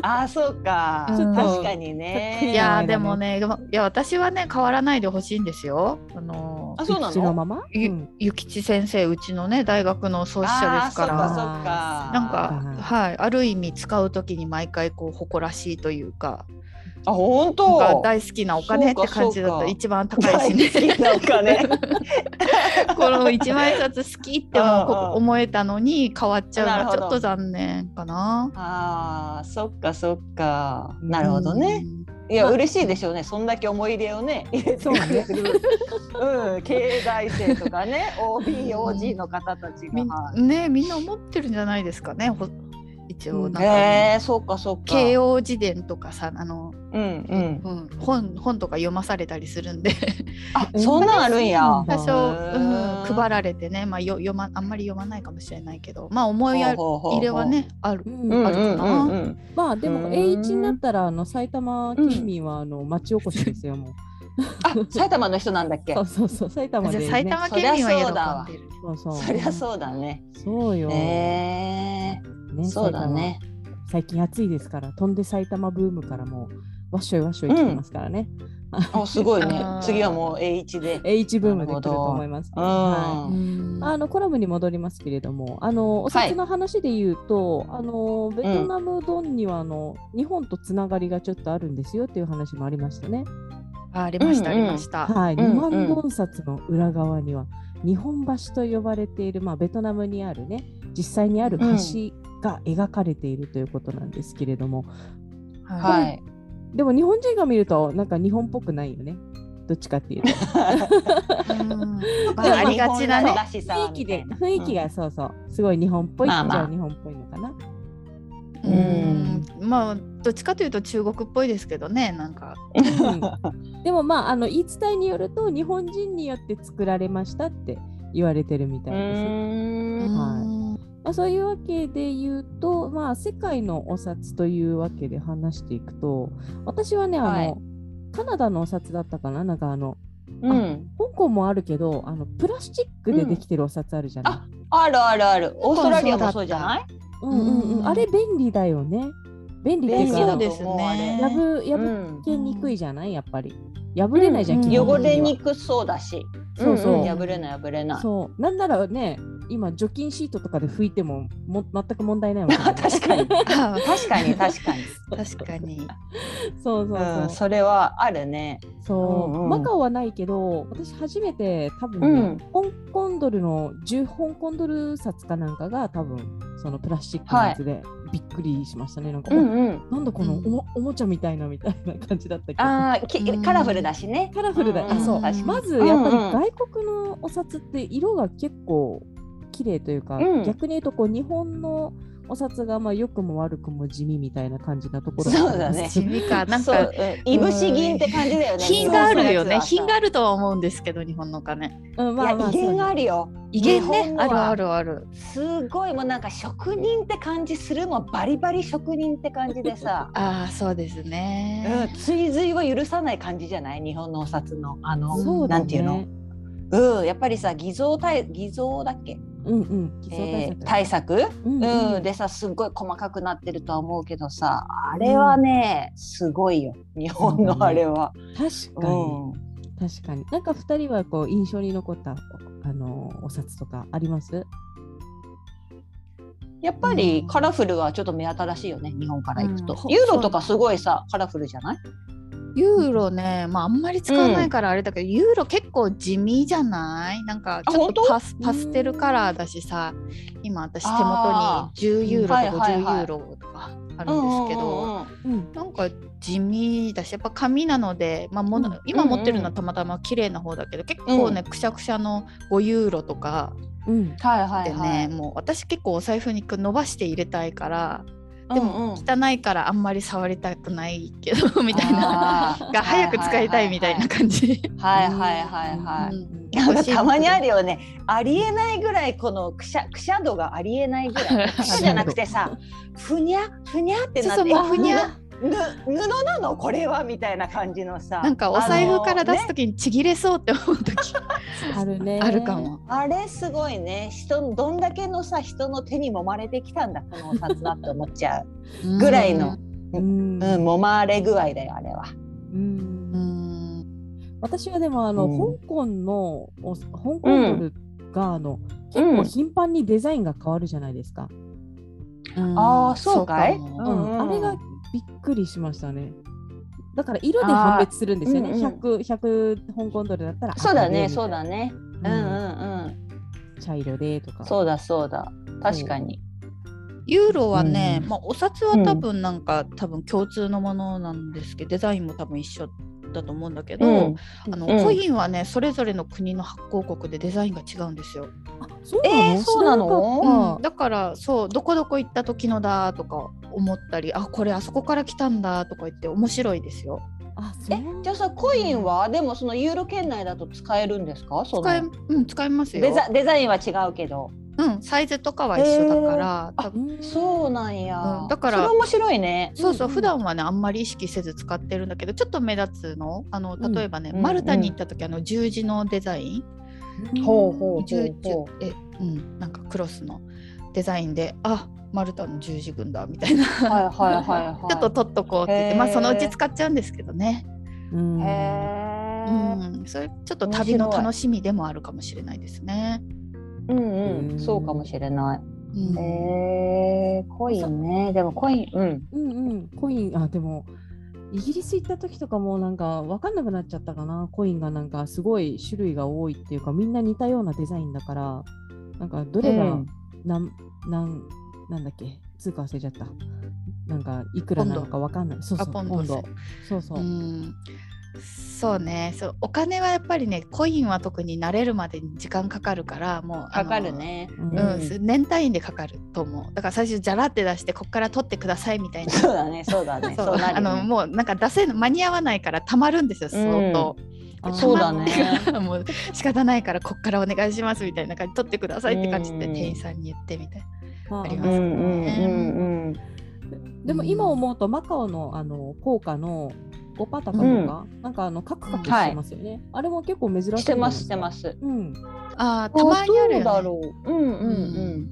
S3: ああそうか
S2: ちょっと
S3: 確かに
S1: え
S3: ね
S2: いやー、でもね、でもいや、私はね、変わらないでほしいんですよ。あのー
S3: あそうな
S1: 口の
S3: の
S1: まま
S2: ゆ
S1: うん
S2: ゆきち先生、うちのね、大学の創始者ですから。
S3: あーそうかそうか
S2: なんか
S1: あー
S2: はい、ある意味使う時に毎回こう誇らしいというか
S3: あ本
S2: なんか
S3: 当。
S2: 大好きなお金って感じだ
S3: そ
S2: った
S3: うかそうか
S2: 一番高い
S3: 大
S2: しね
S3: 好きなお金
S2: この一万円札好きってもうこ
S3: うんうん
S2: こ思えたのに変わっちゃう
S3: なる
S2: の
S3: ほ
S2: は
S3: ど
S2: ちょっと残念かな。
S3: ああそっかそっかなるほどね、いや
S2: まあ
S3: 嬉しいでしょうねそんだけ思い入れをね入れて
S1: そうね
S3: くれるうん経済生とかね OBOG の方たち
S2: うん。み
S3: が
S2: ん
S3: はい
S2: ねみんな思ってるんじゃないですかね。ほ一応なんか、
S3: へえそうかそうか
S2: 慶応辞典とかさあの、
S3: うんうん
S2: うん、本本とか読まされたりするんで
S3: あそんなんあるんや
S1: 多
S2: 多少、うん、配
S3: る
S2: られてね、まあ、よ読まあんまり読まないかもしれないけどまあ思い入
S3: 入
S2: れはねある。
S1: うん
S3: うんう
S2: あ
S3: ん
S2: る
S3: う
S2: かなん
S3: うん
S1: まあでも
S3: うん
S1: A1 になったらあの埼玉県民はあの町おこしですよもう。
S3: あ埼玉の人なんだっけ
S1: そうそうそう埼玉
S2: じ
S1: で、
S2: ゃあ
S1: ね。
S2: 埼玉県民
S3: そりゃそうだわ
S2: は喜んでる。
S1: そうそう
S3: そりゃそうだね
S1: そうよ。
S3: へえ
S1: ね
S3: そうだね
S1: 埼玉最近暑いですから飛んで埼玉ブームからもうわっしょいわっしょい来てますからね。
S3: あすごいね
S2: あー
S3: 次はもう A1 で
S1: A1 ブームで来る
S3: なるほど
S1: と思います。
S3: うん
S1: はい
S2: うん
S1: あのコラムに戻りますけれども、あのお
S3: はい
S1: 札の話で言うと、あのベトナムドンにはあの、日本とつながりがちょっとあるんですよっていう話もありましたね。
S2: あありました、
S3: うんうん
S2: ありました。
S1: はい、
S3: うん
S1: 2万本札の裏側には日本橋と呼ばれている、まあ、ベトナムにあるね実際にある橋が描かれているということなんですけれども、
S2: は
S3: はいい
S1: でも日本人が見るとなんか日本っぽくないよねどっちかって いうと
S2: うんま
S1: でも
S2: あ、ありがちだね。
S3: 雰
S1: 雰囲気で雰囲気がそうそうすごい日本っぽいっち
S3: まあまあ
S1: ゃ日本っぽいのかな、
S2: う
S3: うん
S2: ん、まあどっちかというと中国っぽいですけどねなんか
S1: うんでもまああの言い伝えによると日本人によって作られましたって言われてるみたいですね。
S3: ん
S1: は
S2: うん
S1: まあ、そういうわけで言うと、まあ、世界のお札というわけで話していくと私はねあの、
S3: はい
S1: カナダのお札だったかななんかあの
S3: うん
S1: 香港もあるけどあのプラスチックでできてるお札あるじゃない、
S3: あるあるあるオーストラリアもそうじゃない
S1: うん、うんうん
S2: うん
S1: あれ便利だよね便利ってい
S3: 便
S1: う
S3: 利
S1: か
S3: だ
S2: そう
S3: と思
S2: で
S3: う
S2: す
S3: あれ
S2: ね
S1: 破破けにくいじゃないやっぱり破れないじゃん、
S2: うん
S1: 基本
S3: 汚
S1: 的には
S3: れにくそうだし
S1: そうそう
S3: うんうん破れない破れない
S1: そうなんならね今除菌シートとかで拭いてもも全く問題ないわけじゃない
S3: 確かに
S2: あ
S3: 確かに確かに
S2: 確か に。
S1: そうそうそう、
S3: うんそれはあるね
S1: そう、
S3: うんうん
S1: マカオはないけど私初めて多分、
S3: うん
S1: ね香港ドルの10香港ドル札かなんかが多分そのプラスチックのやつでびっくりしましたね、なんか、お
S3: うん
S1: なんだこのおもおもちゃみたいなみたいな感じだったけど
S3: あーき
S2: うん
S3: カラフルだしね
S1: カラフルだ、
S3: うん
S2: うん
S1: あそう
S2: 確かに
S1: まずやっぱり
S3: うんうん
S1: 外国のお札って色が結構綺麗というか、
S3: うん
S1: 逆に言うとこう日本のお札がまあ良くも悪くも地味みたいな感じなところがあります
S3: そうだね
S2: 地味かなん
S3: そ
S2: か
S3: ううんいぶし銀って感じだよね
S2: 品があるよね。
S3: 日
S2: 品
S3: 本のやつはさ
S2: があるとは思うんですけど日本のお金。
S1: うん
S3: い
S1: ま
S3: や
S1: あまあ
S3: 威厳があるよ
S2: 威厳
S3: 日
S2: ね
S3: 本の
S2: ある
S3: は
S2: あるある。、
S3: すごいもうなんか職人って感じするもんバリバリ職人って感じでさ
S2: ああそうです
S3: うん
S2: ね。、
S3: 追随は許さない感じじゃない日本のお札のあの、
S1: そうだね
S3: なんていうの、うん、やっぱりさ偽造対偽造だっけ、
S1: うんうん偽造
S3: えー
S1: 対
S3: 対
S1: 策、
S3: 策、
S1: うん
S3: うんでさすっごい細かくなってるとは思うけどさあれはね、すごいよ日本のあれは。
S1: 確
S3: う
S1: かに
S3: ん
S1: 確かになんか二人はこう印象に残ったあのお札とかあります
S3: やっぱりカラフルはちょっと目新しいよね日本から行くと、
S2: うん
S3: ユーロとかすごいさカラフルじゃない
S2: ユーロねまああんまり使わないからあれだけど、ユーロ結構地味じゃないなんかちょっと
S3: あ
S2: パスパステルカラーだしさ今私手元
S3: あ
S2: に10ユーロと
S3: はいはいはい
S2: 50ユーロとかあるんですけど。
S3: うんうんうん
S1: うん
S2: なんか地味だしやっぱ紙なので、まあもの
S1: うん
S2: 今持ってるのはたまたま綺麗な方だけど結構ね、くしゃくしゃの5ユーロとか
S1: うん
S3: はいは
S2: で
S3: い
S2: ね、
S3: はい、
S2: もう私結構お財布に伸ばして入れたいからで
S3: うんう
S2: も
S3: ん
S2: 汚いからあんまり触りたくないけど みたいな。
S3: な
S2: が早く使いたいみたいな感じ。
S3: はいはいはいは
S2: う
S3: い。
S2: ん
S3: なんかたまにあ
S2: る
S3: るよね。ありえないぐらいこのくしゃくしゃ度がありえないぐらい。くしゃじゃなくてさ、ふにゃふにゃってな
S2: そう
S3: って、
S2: そうもう
S3: え
S2: ふに ゃ
S3: 布布なのこれはみたいな感じのさ。
S2: なんかお財布から出
S3: あの
S2: す
S3: ね
S2: 時にちぎれそうって思う時
S1: あるね
S2: あるかも。
S3: あれすごいね。人どんだけのさ人の手に揉まれてきたんだこのお札だって思っちゃう。ぐらいの
S1: うん
S3: うん揉まれ具合だよあれは。
S1: うん
S2: うん。
S1: 私はでもあの、
S3: うん
S1: 香港のお香港ドルがあの、結構頻繁にデザインが変わるじゃないですか、
S2: うん
S3: ああそうかい。
S2: そうかも
S1: んあれがびっくりしましたねだから色で判別するんですよね。
S3: あーうんうん
S1: 100、100香港ドルだったら赤で
S3: そうだね
S1: みた
S3: そ
S1: いうな
S3: だねうんうんうん
S1: 茶色でとか。
S3: そうだそうだ確かに
S2: ユーロはね、
S1: うん
S2: まあ、お札は多分なんか、多分共通のものなんですけどデザインも多分一緒だと思うんだけど、
S3: うん
S2: あの
S3: うん
S2: コインはねそれぞれの国の発行国でデザインが違うんですよ。
S1: あそう
S3: えーそうなの
S2: うんだからそうどこどこ行った時のだとか思ったりあこれあそこから来たんだとか言って面白いですよ。
S1: あ、そ
S3: え
S1: う。
S3: じゃあさコインはでもそのユーロ圏内だと使えるんですかその
S2: 使えうん使えますよ。
S3: デザデザインは違うけど
S2: うんサイズとかは一緒だから、多分
S1: うん
S3: そうなんや、
S2: うんだから
S3: それ面白いね
S2: そうそ
S1: う
S2: う、
S1: んうん
S2: 普段はねあんまり意識せず使ってるんだけどちょっと目立つのあの
S1: うん
S2: 例えばね、
S3: うん
S2: マルタに行った時、あの十字のデザイン、
S3: ほうほうほ
S2: 十
S3: う
S2: 字
S3: ほ
S2: えうんなんかクロスのデザインであマルタの十字軍だみたいな、
S3: うはいはいはいはい
S2: ちょっと取っとこうって言ってまあ
S3: へー
S2: そのうち使っちゃうんですけどね、
S1: うん
S2: う
S3: へえ
S2: ん、それちょっと旅の楽しみでもあるかもしれないですね。
S3: うんう
S1: うんん
S3: そうかもしれな
S2: うん
S3: いへえコインねでもコインうん
S1: うんうん、コイン、あ、でも、イギリス行った時とかもなんか分かんなくなっちゃったかな、コインがなんかすごい種類が多いっていうか、みんな似たようなデザインだから、なんかどれがなん、なん、なんだっけ、通貨忘れちゃった。なんかいくらなのか分かんない。そうそう、
S2: あポ
S1: ポ
S2: ンド
S1: ンド。そうそうう。
S2: んそうねそうお金はやっぱりねコインは特に慣れるまでに時間かかるからもうあの
S3: かかるね
S1: うん
S2: う
S1: うん
S2: ん、す年単位でかかると思うだから最初じゃらって出してこっから取ってくださいみたいな
S3: そうだねそうだね
S2: そう
S3: そうな
S2: あ
S3: る
S2: の
S3: よね
S2: もうなんか出せ間に合わないからたまるんですよ相当、
S1: あー
S3: そうだね
S2: もう仕方ないからこっからお願いしますみたいな感じ取ってくださいって感じで
S3: うん
S2: 店員さんに言ってみたいな、
S1: まあ
S2: あり
S3: う
S2: ま
S3: ん
S2: す
S3: うんうんうん
S1: でも今思うと、マカオのあの効果の5パタカとか、なんかあのカクカクしてますよね。あれも結構珍しい。。
S3: してますしてますす
S1: うん。
S2: あーたまにある
S3: どう
S2: よ、ね、
S3: だろううんうんうん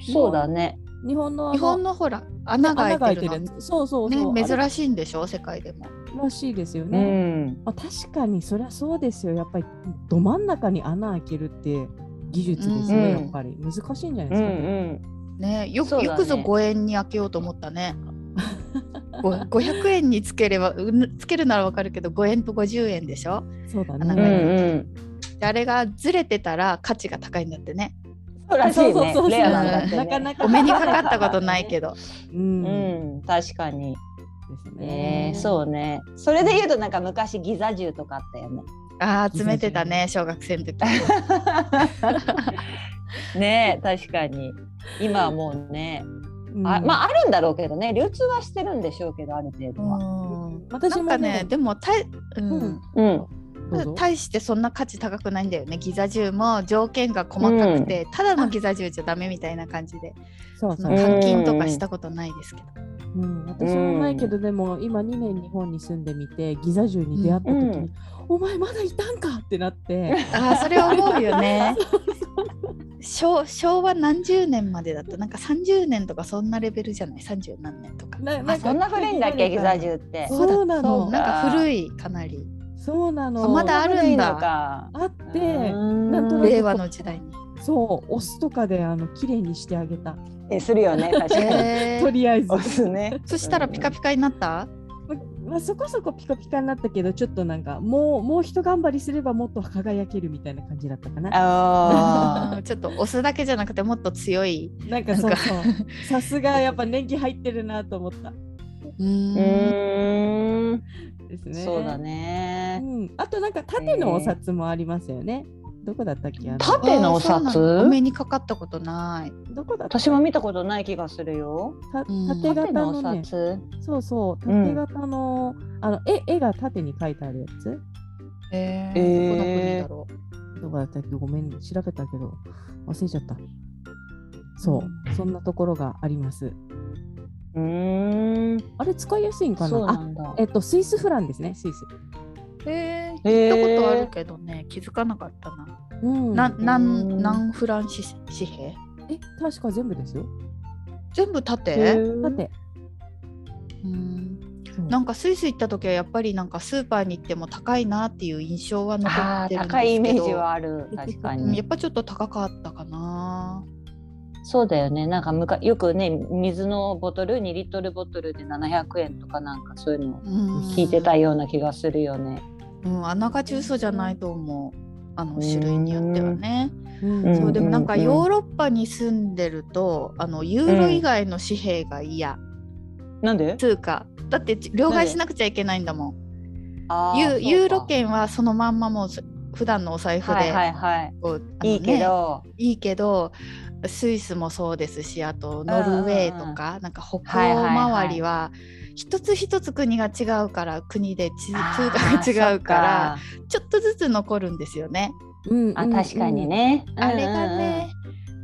S3: そうだね
S1: 日本のあの
S2: 日本のほら穴が開いてる
S1: 穴
S2: の
S1: がやつそうそうそう。
S2: ね
S1: あれ
S2: 珍しいんでしょ世界でも
S1: らしいですよ
S3: う
S1: ね。
S3: ん
S1: まあ、確かにそりゃそうですよ。やっぱりど真ん中に穴開けるって技術ですね、
S3: うん
S1: やっぱり。難しいんじゃないうで
S3: んう
S1: すか、ね
S3: ん
S2: ねよ
S3: そうだね
S2: よくぞ5円に開けようと思った ねご500円につければうんつけるならわかるけど5円と50円でしょ
S1: そうだ
S2: 穴
S3: うんう
S2: が開い
S1: ね。
S2: てる
S3: ん
S2: であれがずれてたら価値が高いんだってね
S3: そうらしいねレアなんだってね
S1: なかなか。
S2: お目にかかったことないけど
S1: うん。で
S3: うん確かに
S1: す
S3: ね
S1: ね。
S3: そうねそれで言うとなんか昔ギザ銃とかあったよね
S2: ああ詰めてたね小学生の時
S3: ねえ確かに今はもうね、
S1: うん
S3: あまああるんだろうけどね流通はしてるんでしょうけどある程度は。
S2: な
S1: 私
S2: ん
S1: も
S2: かねでもたい、うん
S3: うん、
S1: どうぞ
S2: 大してそんな価値高くないんだよねギザ銃も条件が細かくて、ただのギザ銃じゃダメみたいな感じで
S1: そう
S2: そ
S1: そ
S2: の
S1: う。
S2: 換金とかしたことないですけど、
S1: うん、私もないけど、でも今2年日本に住んでみてギザ銃に出会った時に、
S3: うん
S1: お前まだいたんかってなって
S2: ああそれは思うよね昭昭和何十年までだったなんか30年とかそんなレベルじゃない30何年とか
S1: な
S3: あそんな古いんだっけギザ銃って。
S1: そう
S2: だ
S1: なの
S2: そうなんか古いかなり
S1: そうな
S2: そ
S1: の
S2: うまだあるんだ
S3: そな
S1: あっ
S3: 古いの
S1: て
S3: か。うん
S1: なんとなく
S2: 令和の時代に。
S1: そうオスとかであの綺麗にしてあげた
S3: えするよね確かに。
S2: え
S1: とりあえず
S3: 押す ね。
S2: そしたらピカ
S3: ピ
S2: ピカになった
S1: まあ、そこそこピカピカになったけどちょっとなんかもうもうひと頑張りすればもっと輝けるみたいな感じだったかな。
S3: あ
S2: あーちょっと押すだけじゃなくてもっと強い。
S1: なんかそうそうさすがやっぱ年季入ってるなと思った
S2: うん
S3: あ。うーん。
S1: ですね。
S3: そうだ
S1: う
S3: ね。
S1: ん、あとなんか縦のお札もありますよね。どこだったっけあの
S3: 縦のお
S2: あーそうなのお
S3: 札。
S2: 目にかかったことない。
S1: どこだった
S3: 私も見たことない気がするよ。
S1: た
S2: うん
S1: 縦型
S3: 縦のお
S1: のね
S3: 札。
S1: そうそう
S3: うん
S1: 縦型の,、あの絵絵が縦に描いてあるやつ
S2: え
S3: えー
S2: どこの国だろう。
S1: どこだったっけごめん調べたけど忘れちゃった。そうそんなところがあります。
S3: うーん。
S1: あれ使いやすいんか
S3: そう
S1: な
S3: な
S1: あ
S3: んだ。
S1: えっとスイスフランですねスイス。
S2: えー、
S3: え
S2: 行っ
S3: ー
S2: たことあるけどね、気づかなかったな。
S1: うん
S2: なな
S3: うんん
S2: なんフランシス紙幣
S1: え確か全部ですよ。
S2: 全部縦、
S1: だって、
S2: うん
S1: そう
S2: なんかスイス行った時はやっぱりなんかスーパーに行っても高いなっていう印象は残
S3: あ
S2: っ
S3: あ
S2: てるんですけど
S3: 高いイメージはある確か
S2: うんや
S3: に
S2: っぱちょっと高かったかな
S3: そうだよねなんかむかよくね水のボトル2リットルボトルで700円とかなんかそういうの聞いてたような気がするよね。
S2: うん、あながち嘘じゃないと思う。あの種類によってはね、
S1: うん
S2: そうでもなんか
S3: うんうんうん
S2: ヨーロッパに住んでるとあのユーロ以外の紙幣が嫌、
S3: なんで
S2: 通貨だって両替しなくちゃいけないんだもん
S3: あー
S2: ユ
S3: そう
S2: ー
S3: か
S2: ユーロ圏はそのまんまもうす普段のお財布で、
S3: はいはいはい。
S2: こうあのね
S3: いいけど、
S2: いいけどスイスもそうですしあとノルウェーとか、なんか北欧
S3: はいはいはい
S2: 周りは一つ一つ国が違うから国で地図
S3: あ
S2: 通
S3: ー
S2: 貨が違うから
S3: そっ
S2: ちょっとずつ残るんですよね。
S1: うん
S3: かあ確かに。ね。
S2: あれがね、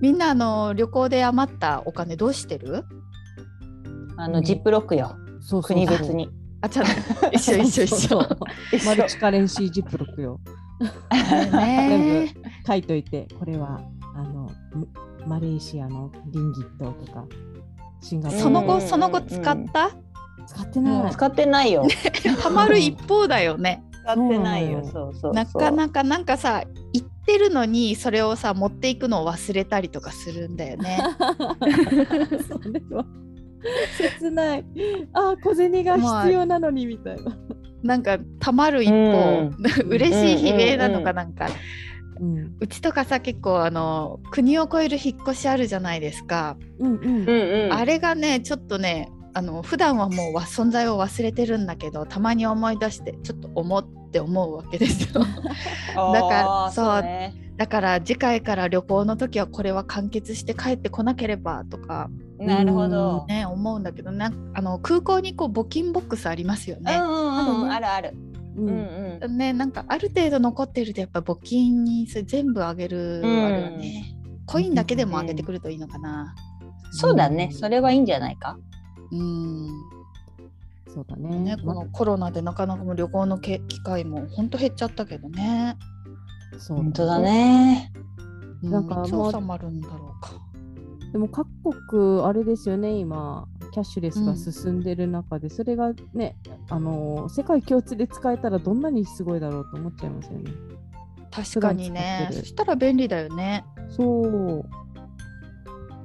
S2: みんなあの旅行で余ったお金どうしてる
S3: うんうんうん。あのジップロックよ。
S1: うんそうそうそう
S3: 国別。に。
S2: あちゃん 一緒一緒 一
S1: そ
S2: 緒
S1: うそう。マルチカレンシージップロックよ。
S2: ね
S1: 書いといて、これはあのむマレーシアのリンギットとか、シンガポール
S2: その
S3: うんうん
S2: 後
S3: うん
S2: その後使った、
S1: 使ってない。
S3: 使ってないよ。
S2: ハマる一方だよね
S4: 使ってないよ
S1: うん
S3: そうそうそう。
S2: なかなかなんかさ行ってるのにそれをさ持っていくのを忘れたりとかするんだよね
S1: それは切ない。あー、小銭が必要なのにみたいな。
S2: なんかたまる一方、
S1: うん
S2: 嬉しい悲鳴なの
S3: うんうんう
S2: か
S3: ん
S2: なんか、う
S1: うん
S2: ちとかさ結構あの国を越える引っ越しあるじゃないですか、
S1: うんうん
S3: うんうん。
S2: あれがねちょっとねあの普段はもうわ存在を忘れてるんだけどたまに思い出してちょっと思って思うわけですよだから
S3: あー
S2: そう
S3: ね
S2: だから次回から旅行の時はこれは完結して帰ってこなければとか
S3: なるほど。
S2: ね思うんだけどなあの空港にこう募金ボックスありますよ
S3: うん
S2: ね。
S3: うんうんあるある。
S1: うん
S3: う
S1: うん
S3: ん
S2: ねなんかある程度残ってるとやっぱ募金にそれ全部あげるあれはね、コインだけでもあげてくるといいのかな。
S3: そうだね。それはいいんじゃないか。
S2: うん
S1: そうだ
S2: ね
S1: ね。
S2: このコロナでなかなかもう旅行のけ機会もほんと減っちゃったけどね。
S1: そう
S3: 本当だ。ね。
S2: う
S1: なんか
S2: いつ
S1: もう
S2: 収まるんだろうか。
S1: でも各国あれですよね今キャッシュレスが進んでる中で、それがねあのー世界共通で使えたらどんなにすごいだろうと思っちゃいますよね。
S2: 確かにね
S1: 普段使ってる
S2: そしたら便利だよね。
S1: そう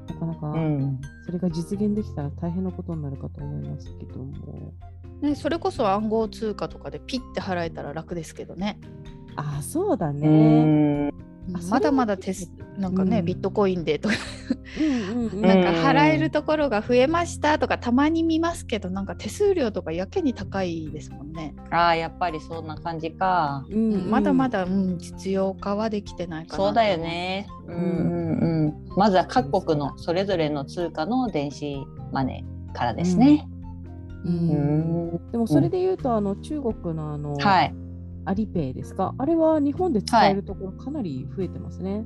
S1: なかな
S3: う
S1: か
S3: ん。
S1: それが実現できたら大変なことになるかと思いますけども
S2: ねそれこそ暗号通貨とかでピッて払えたら楽ですけどね。
S1: ああそうだ
S3: う
S1: ね。
S3: ん。
S1: あ
S2: まだまだ手すなんかね、
S1: うん
S2: ビットコインでとか
S1: うんうんうん
S2: なん
S3: う
S2: か払えるところが増えましたとかたまに見ますけどなんか手数料とかやけに高いですもんね、
S3: ああやっぱりそんな感じか。
S1: うんうん
S2: まだまだ、うん、実用化はできてないかな
S3: そうだよね。うんうんうん。まずは各国のそれぞれの通貨の電子マネーからですね。
S2: う
S3: うんん。
S1: でもそれで言うとあの中国のあの、
S3: はい。
S1: アリペイですかあれは日本で使えるところかなり増えてますね。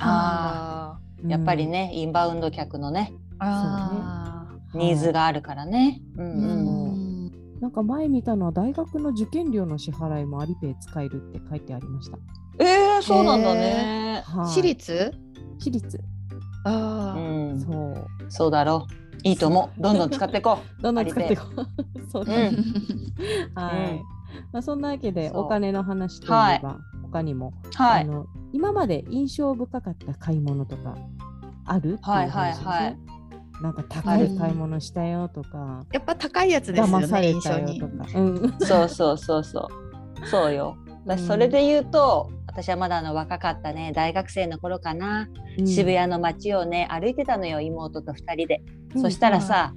S3: あ
S2: あ
S1: うん
S3: あやっぱりねインバウンド客のね
S2: ーあ
S3: ニーズがあるからね。う
S2: ー
S3: ん
S2: う
S3: うん。
S2: ん
S1: なんか前見たのは大学の受験料の支払いもアリペイ使えるって書いてありました。
S3: ええそうなんだね。
S1: はい
S2: 私立
S1: 私立
S3: う
S2: あ
S3: ん。
S1: そう。
S3: そうだろう。いいと思う。どんどん使っていこ
S1: どんどん使っていこう。 そう
S3: う。う
S1: だね。
S3: ん。
S1: はい。
S3: うん
S1: まあそんなわけで
S3: そう
S1: お金の話といえば、他にも、
S3: は
S1: あ
S3: い。
S1: の今まで印象深かった買い物とかあるっていう
S3: はい
S1: 話
S3: はい
S1: ですね。
S3: はい。
S1: なんか高い買い物したよとか、
S2: やっぱ高いやつですよ
S1: 騙さ
S2: ね
S1: れ
S2: 印
S1: た
S2: 象
S1: よ
S2: に
S1: とか。うん。
S3: そうそうそうそう。そうよ。私それで言うと、私はまだあの若かったね大学生の頃かな、
S1: うん
S3: 渋谷の街をね歩いてたのよ妹と2人で、
S1: うん
S3: そしたらさ、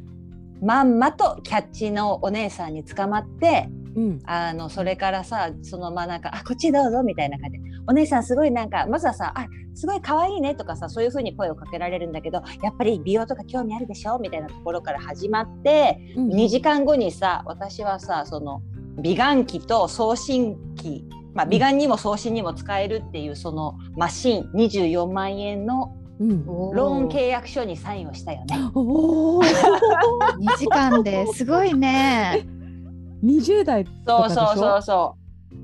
S3: まんまとキャッチのお姉さんに捕まって
S1: うん。
S3: あのそれからさそのまあなんか「あこっちどうぞ」みたいな感じでお姉さんすごいなんかまずはさ「あすごい可愛いね」とかさそういう風に声をかけられるんだけどやっぱり美容とか興味あるでしょみたいなところから始まって
S1: うん
S3: 2時間後にさ私はさその美顔器と送信機、まあ、美顔にも送信にも使えるっていうそのマシン24万円の
S1: うん。
S3: ローン契約書にサインをしたよね。
S1: おお。
S2: 2時間 ですごいね
S1: 二十代と
S3: そ
S1: か
S3: う
S1: でしょ。
S3: そうそうそ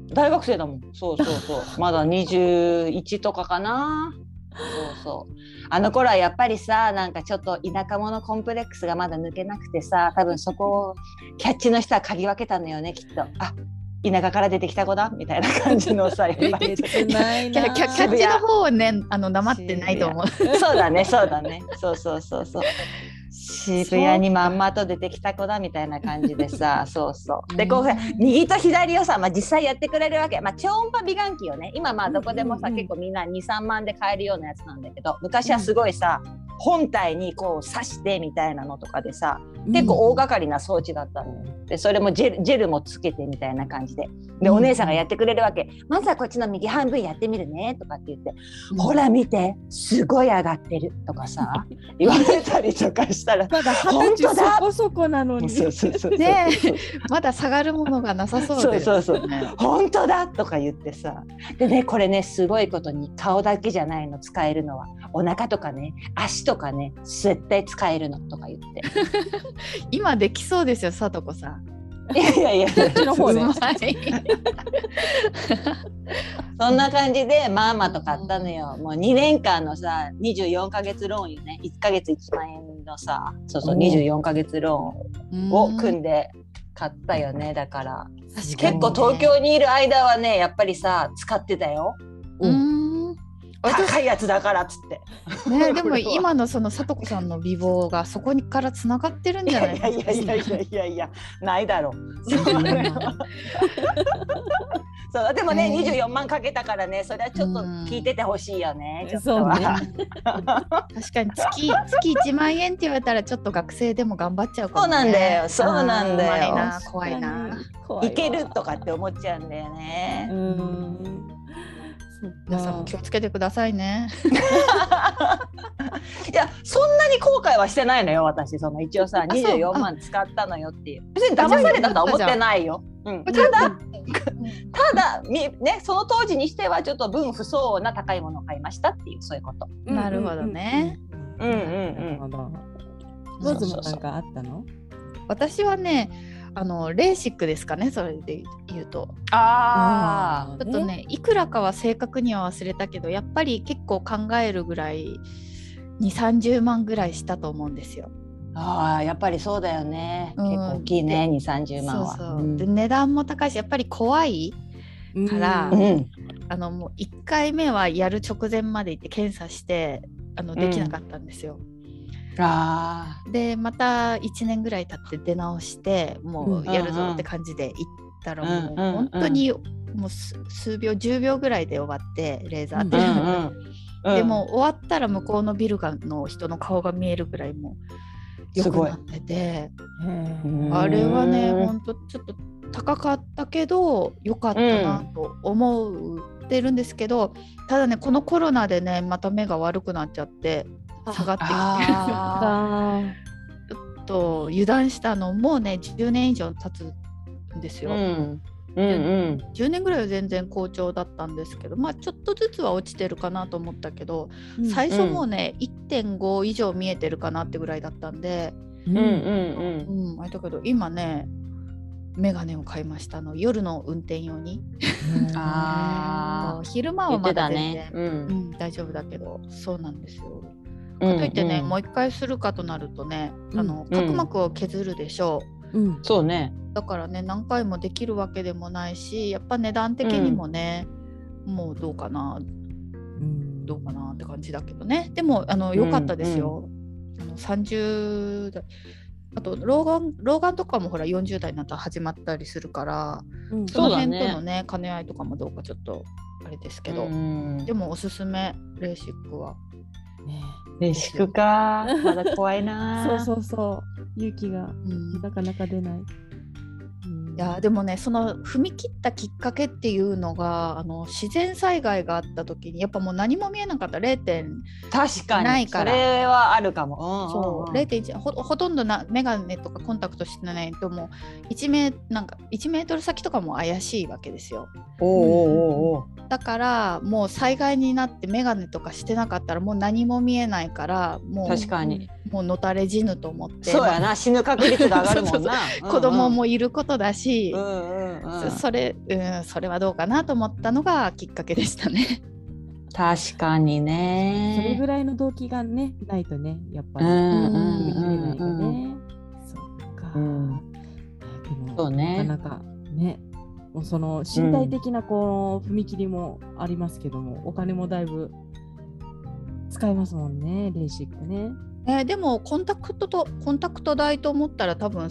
S3: う。大学生だもん。そうそうそう。まだ二十一とかかな。そうそう。あの頃はやっぱりさ、なんかちょっと田舎者コンプレックスがまだ抜けなくてさ、多分そこをキャッチの人は嗅ぎ分けたのよね、きっと。あ、田舎から出てきた子だみたいな感じのさやっぱり
S1: 切ない
S2: キ
S1: な
S2: ャキャキャッチの方はねあの黙ってないと思う。
S3: そうだねそうだねそうそうそうそう渋谷にまんまと出てきた子だみたいな感じでさそうそうで こう右と左をさ、まあ、実際やってくれるわけ、まあ、超音波美顔器をね今まあどこでもさ、
S1: うんうんうん
S3: 結構みんな23万で買えるようなやつなんだけど昔はすごいさ、本体にこう刺してみたいなのとかでさ結構大掛かりな装置だったのよ。でそれもジェルジェルもつけてみたいな感じでで
S1: うん
S3: お姉さんがやってくれるわけ、まずはこっちの右半分やってみるねとかって言って、ほら見てすごい上がってるとか さ言われたりとかしたら
S1: まだ二十歳そこ そこなのに。
S3: そうそうそうそう
S2: ねまだ下がるものがなさそうです、ね。
S3: そうそう本当だとか言ってさでねこれねすごいことに顔だけじゃないの使えるのはお腹とかね足とかね絶対使えるのとか言っ
S2: 今できそうですよ、さとこさん。
S3: て いやいやいや
S1: っちの方
S2: う
S1: ね
S2: ま い。
S3: そんな感じでまあまあと買ったのよ。もう2年間のさ24ヶ月ローンよね1ヶ月1万円のさそうそう
S1: おー
S3: 24ヶ月ローンを組んで買ったよねだから結構東京にいる間はねやっぱりさ使ってたよ
S2: うん。私
S3: 高いやつだからっつって。
S2: ね、でも今のそのさとこさんの美貌がそこにからつながってるん
S3: い
S2: じゃな
S3: や
S2: い
S3: いやいやいやいやいやいやないだろう。そうねそうでもね、
S2: ね
S3: 24万かけたからねそれはちょっと聞いててほしいよね、ちょっと
S1: そう
S3: は
S1: ね。
S2: 確かに月月1万円って言われたらちょっと学生でも頑張っちゃうかも、ね、
S3: そうなんだよそうなんだよ
S2: あーうまいな怖いな。
S1: 怖
S3: い
S1: わ
S3: けるとかっ。て思っちゃうんだよね
S1: う。ん。
S2: 皆さんも気をつけてくださいね
S3: いやそんなに後悔はしてないのよ私その一応さ
S2: あそう
S3: 24万使ったのよっていう別に騙されたとは思ってないよ。うん、ただただみねその当時にしてはちょっと分不相応な高いものを買いましたっていうそういうこと。
S1: うん
S2: なるほどね。
S3: うんうん
S1: なるほど。
S3: そ
S1: ロ
S3: う
S1: ーズ
S3: そうそう
S1: もなんかあったの？
S2: 私はねあのレーシックですかねそれで言うと
S1: あ
S2: ちょっとねいくらかは正確には忘れたけどやっぱり結構考えるぐらい2 3 0万ぐらいしたと思うんですよ。
S3: ああやっぱりそうだよね、
S2: うん
S3: 結構大きいね2三3 0万は。
S2: そうそうで値段も高いしやっぱり怖いから
S1: うん
S3: うん
S2: あのもう1回目はやる直前まで行って検査してあの
S3: ん
S2: できなかったんですよ。
S3: あ
S2: でまた1年ぐらい経って出直してもうやるぞって感じで行ったらもう
S3: うんうんう
S2: 本
S3: ん
S2: 当にもう数数秒10秒ぐらいで終わってレーザー
S3: ー、
S1: う
S2: で。
S3: うんう ん、
S2: でも終わったら向こうのビルがの人の顔が見えるぐらいもう
S3: す
S2: 良く
S3: ごい
S2: なってて
S3: うん
S2: あれはね
S3: うん
S2: ほんとちょっと高かったけど良かったなと思ってるんですけど、ただねこのコロナでねまた目が悪くなっちゃって下がってきて
S3: あ
S1: あ
S2: ちょっと油断したのもうね10年以上経つんです
S3: ー
S2: よ、
S3: うんうん
S2: 10年ぐらいは全然好調だったんですけどまあちょっとずつは落ちてるかなと思ったけど、
S1: ー
S2: 最初もうね1.5以上見えてるかなってぐらいだったんで、
S1: うん
S3: うんうん
S1: うん
S3: うん
S2: うん、あれだけど今ねメガネを買いましたあの夜の運転用に
S3: あ
S2: こう昼間は
S3: 言っ
S2: ま
S3: て
S2: だ
S3: た
S2: 全然、
S3: ね。うん
S2: うん、大丈夫だけどそうなんですよ。かといってね、もう一回するかとなるとね、あの
S3: うん
S2: 角膜を削るでしょう、
S1: うん。
S3: そうね。
S2: だからね何回もできるわけでもないしやっぱ値段的にもね、もうどうかな
S1: うん
S2: どうかなって感じだけどねでもあの良かったですよ、あの30代あと老眼老眼とかもほら40代になったら始まったりするから
S1: うん
S3: そ
S2: そうの
S3: だね
S2: 辺とのね兼ね合いとかもどうかちょっとあれですけど、
S3: うん
S2: でもおすすめレーシックは
S1: ね
S3: レシクかまだ怖いな。
S1: そうそうそう。勇気が
S2: うん
S1: なかなか出ない。うん
S2: いやでもねその踏み切ったきっかけっていうのがあの自然災害があった時にやっぱもう何も見えなかった0点
S3: 確かに
S2: ないから
S3: それはあるかも。ん
S2: そう0.1ほほとんどな眼鏡とかコンタクトしてないともう 1, メなんか1メートル先とかも怪しいわけですよ
S3: おうおうおうおう。
S2: だからもう災害になって眼鏡とかしてなかったらもう何も見えないからも
S3: 確かに。
S2: うもうのたれ死ぬと思って
S3: そうやな死ぬ確率が上がるもんな。
S2: まあ子供もいることだし、
S3: うんうんうんうん
S2: そそれ、うん、それはどうかなと思ったのがきっかけでした ね。
S3: 確かにね。
S1: それぐらいの動機がねないとねやっぱ
S3: う
S1: り
S3: んう
S1: 踏み切れない
S3: んう
S1: よ
S3: んうん。
S1: ね。そっか。
S3: うん
S1: いやでも
S3: そうね
S1: なかなかね。もうその身体的なこう踏切もありますけども、お金もだいぶ使えますもんね、レーシックね。
S2: えーでもコンタクトとコンタクト代と思ったら多分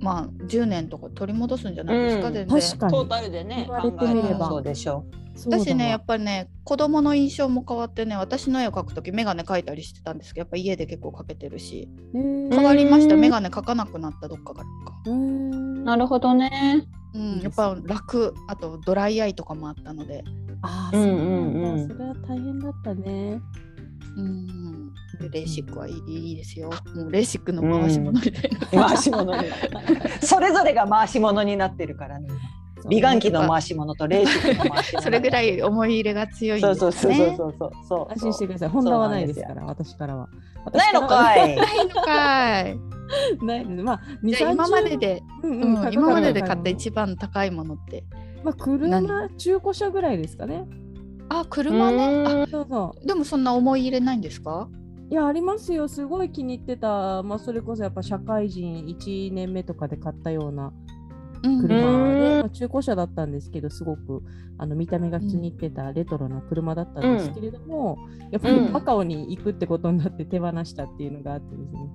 S2: まあ10年とか取り戻すんじゃないですか、
S3: うん
S2: 全然
S1: 確か
S3: トー
S1: に。
S3: タルでね
S1: 言われてみ
S2: れば
S3: 考えたらそうでしょう
S1: そうだわ
S2: 私ねやっぱりね子供の印象も変わってね私の絵を描く時眼鏡描いたりしてたんですけどやっぱ家で結構描けてるし
S1: へー
S2: 変わりました
S5: うん
S2: 眼鏡描かなくなったどっかからか、
S1: うん
S5: なるほどね。
S2: うん
S1: いい
S2: や
S1: ですね
S2: っぱ楽あとドライアイとかもあったので
S1: ああ、
S5: う
S1: そ
S5: ん
S1: う
S5: うん
S1: な
S5: うん
S1: んだ。それは大変だったね。
S2: うんレーシックはいいいいですよもうレーシックの回し物みたいな、
S3: 回し物に それぞれが回し物になってるからね
S1: そう
S3: 美顔器の回し物とレーシックの回し物
S2: それぐらい思い入れが強いん
S3: そう
S2: ですね
S3: そうそうそうそうそうそう
S1: 安心してください。本田はないですから、私からは。
S3: ないのかい
S2: ないのかい
S1: いないです。まあ、2
S2: じゃあ今まで、で、
S1: 30うん
S2: う
S1: うん
S2: ん
S1: かかる
S2: 今までで買った一番高いものって
S1: まあ、車、中古車ぐらいですかね。
S2: あ車ねあ
S1: そうそう。
S2: でもそんな思い入れないんですか
S1: いや、ありますよ。すごい気に入ってた。まあ、それこそやっぱ社会人1年目とかで買ったような
S2: うん
S1: 車で、
S5: うん
S1: まあ、中古車だったんですけど、すごくあの見た目が気に入ってたレトロな車だったんですけれども、やっぱり
S5: うん
S1: マカオに行くってことになって手放したっていうのがあってですね。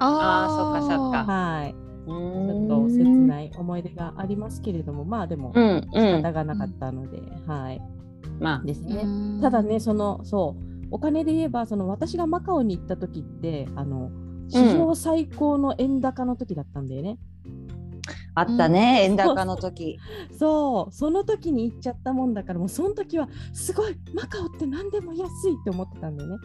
S2: あ
S5: あーそっかそっか
S1: はい。
S5: ち
S1: ち
S5: ょ
S1: ょっと切ない思い出がありますけれども、まあでも
S5: う
S1: 仕
S5: んうん
S1: 方がなかったので、はい。
S5: ま
S1: ですね。
S2: ね
S1: ただね、そのそうお金で言えばその私がマカオに行った時ってあの史上最高の円高の時だったんだよね。
S5: ああったね円高の時。
S1: そうその時に行っちゃったもんだからもうその時はすごいマカオって何でも安いって思ってたんだよね。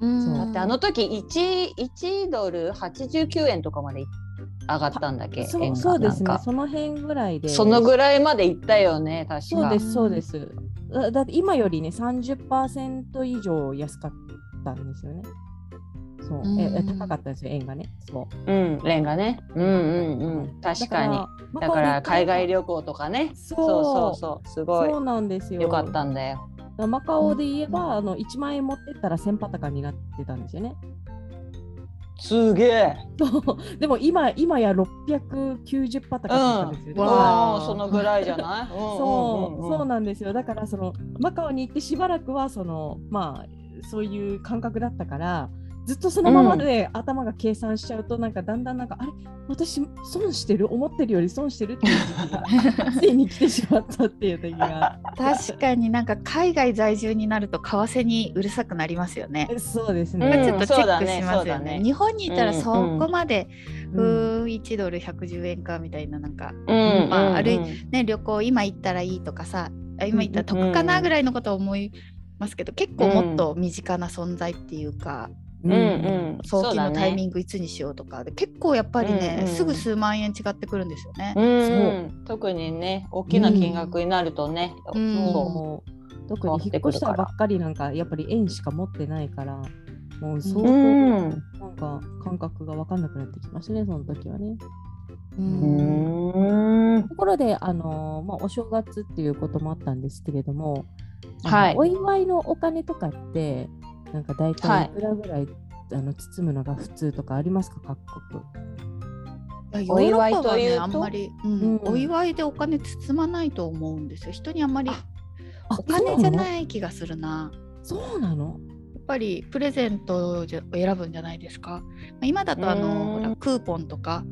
S1: そう
S5: だってあの時一一ドル八十九円とかまで上がったんだっけ？
S1: そ
S5: 円
S1: う
S5: が
S1: そうです
S5: な
S1: ね
S5: ん。か
S1: その辺ぐらいで。
S5: そのぐらいまで行ったよね確か。
S1: そうですそうです。だだって今よりね30%以上安かったんですよね。そう
S2: うん
S1: ええ高かったんですよ円がね。そう。
S5: うんレンガね。うんうんうん確かに。だ
S1: マカオに行った
S5: から海外旅行とかね。
S1: そう
S5: そうそうそうすごい
S1: そうなんですよ。
S5: よかったんだよ。
S1: マカオで言えば、あの1万円持ってったら1000パタカになってたんですよね。
S3: すげえ
S1: でも今今や690パタカだったんですよね。
S2: わー
S3: もうそのぐらいじゃない
S1: そうそう
S3: う
S1: なんですよだからそのマカオに行ってしばらくはそのまあそういう感覚だったからずっとそのままで頭が計算しちゃうとなんかだんだんなんかあれ私損してる思ってるより損してるっていう時期が ついに来てしまったっていう時 が
S2: 確かになんか海外在住になると為替にうるさくなりますよね。
S1: えそうです
S2: ち
S1: ね
S5: う
S2: ょっ
S5: ん
S2: とチェックしま
S3: そ
S2: す
S3: う
S2: よ
S3: だ
S2: ね。
S3: ね
S2: 日本にいたら
S5: うん
S2: そこまで、う
S1: うん
S2: ーん1ドル110円かみたいななんか、
S5: うん
S2: まあ
S5: うん
S2: ある
S5: うん
S2: ね、旅行今行ったらいいとかさあ今行ったら
S5: うんうん
S2: 得かなぐらいのことを思いますけど結構もっと身近な存在っていうか、
S5: うんうん
S2: 早期のタイミ
S5: ン
S2: ングいつにしようとかで結構やっぱりね、
S5: うんうん
S2: すぐ数万円違ってくるんですよね。
S5: うんうん
S1: そう
S5: 特にね大きな金額になるとね、
S2: うん
S5: そ
S1: そう特に引っ越したばっかりなんかやっぱり円しか持ってないからもう相
S5: う、う
S1: 当
S5: ん
S1: なんか感覚が分かんなくなってきましたねその時はね。
S2: うん
S5: うん
S1: ところで、あのーまあ、お正月っていうこともあったんですけれども、あの
S5: はい
S1: お祝いのお金とかってなんか大
S5: は
S1: 体
S5: い
S1: いくらぐらい、あの包むのが普通とかありますか各国。
S2: いや
S5: お祝い
S2: ヨーロッパはね
S5: というと
S2: あんまり、うん
S1: うん
S2: お祝いでお金包まないと思うんですよ人にあんまりお金じゃない気がするな
S1: そうなの
S2: やっぱりプレゼントをじゃ選ぶんじゃないですかまあ今だとあの
S5: う
S2: ほ
S5: ん
S2: らクーポンとか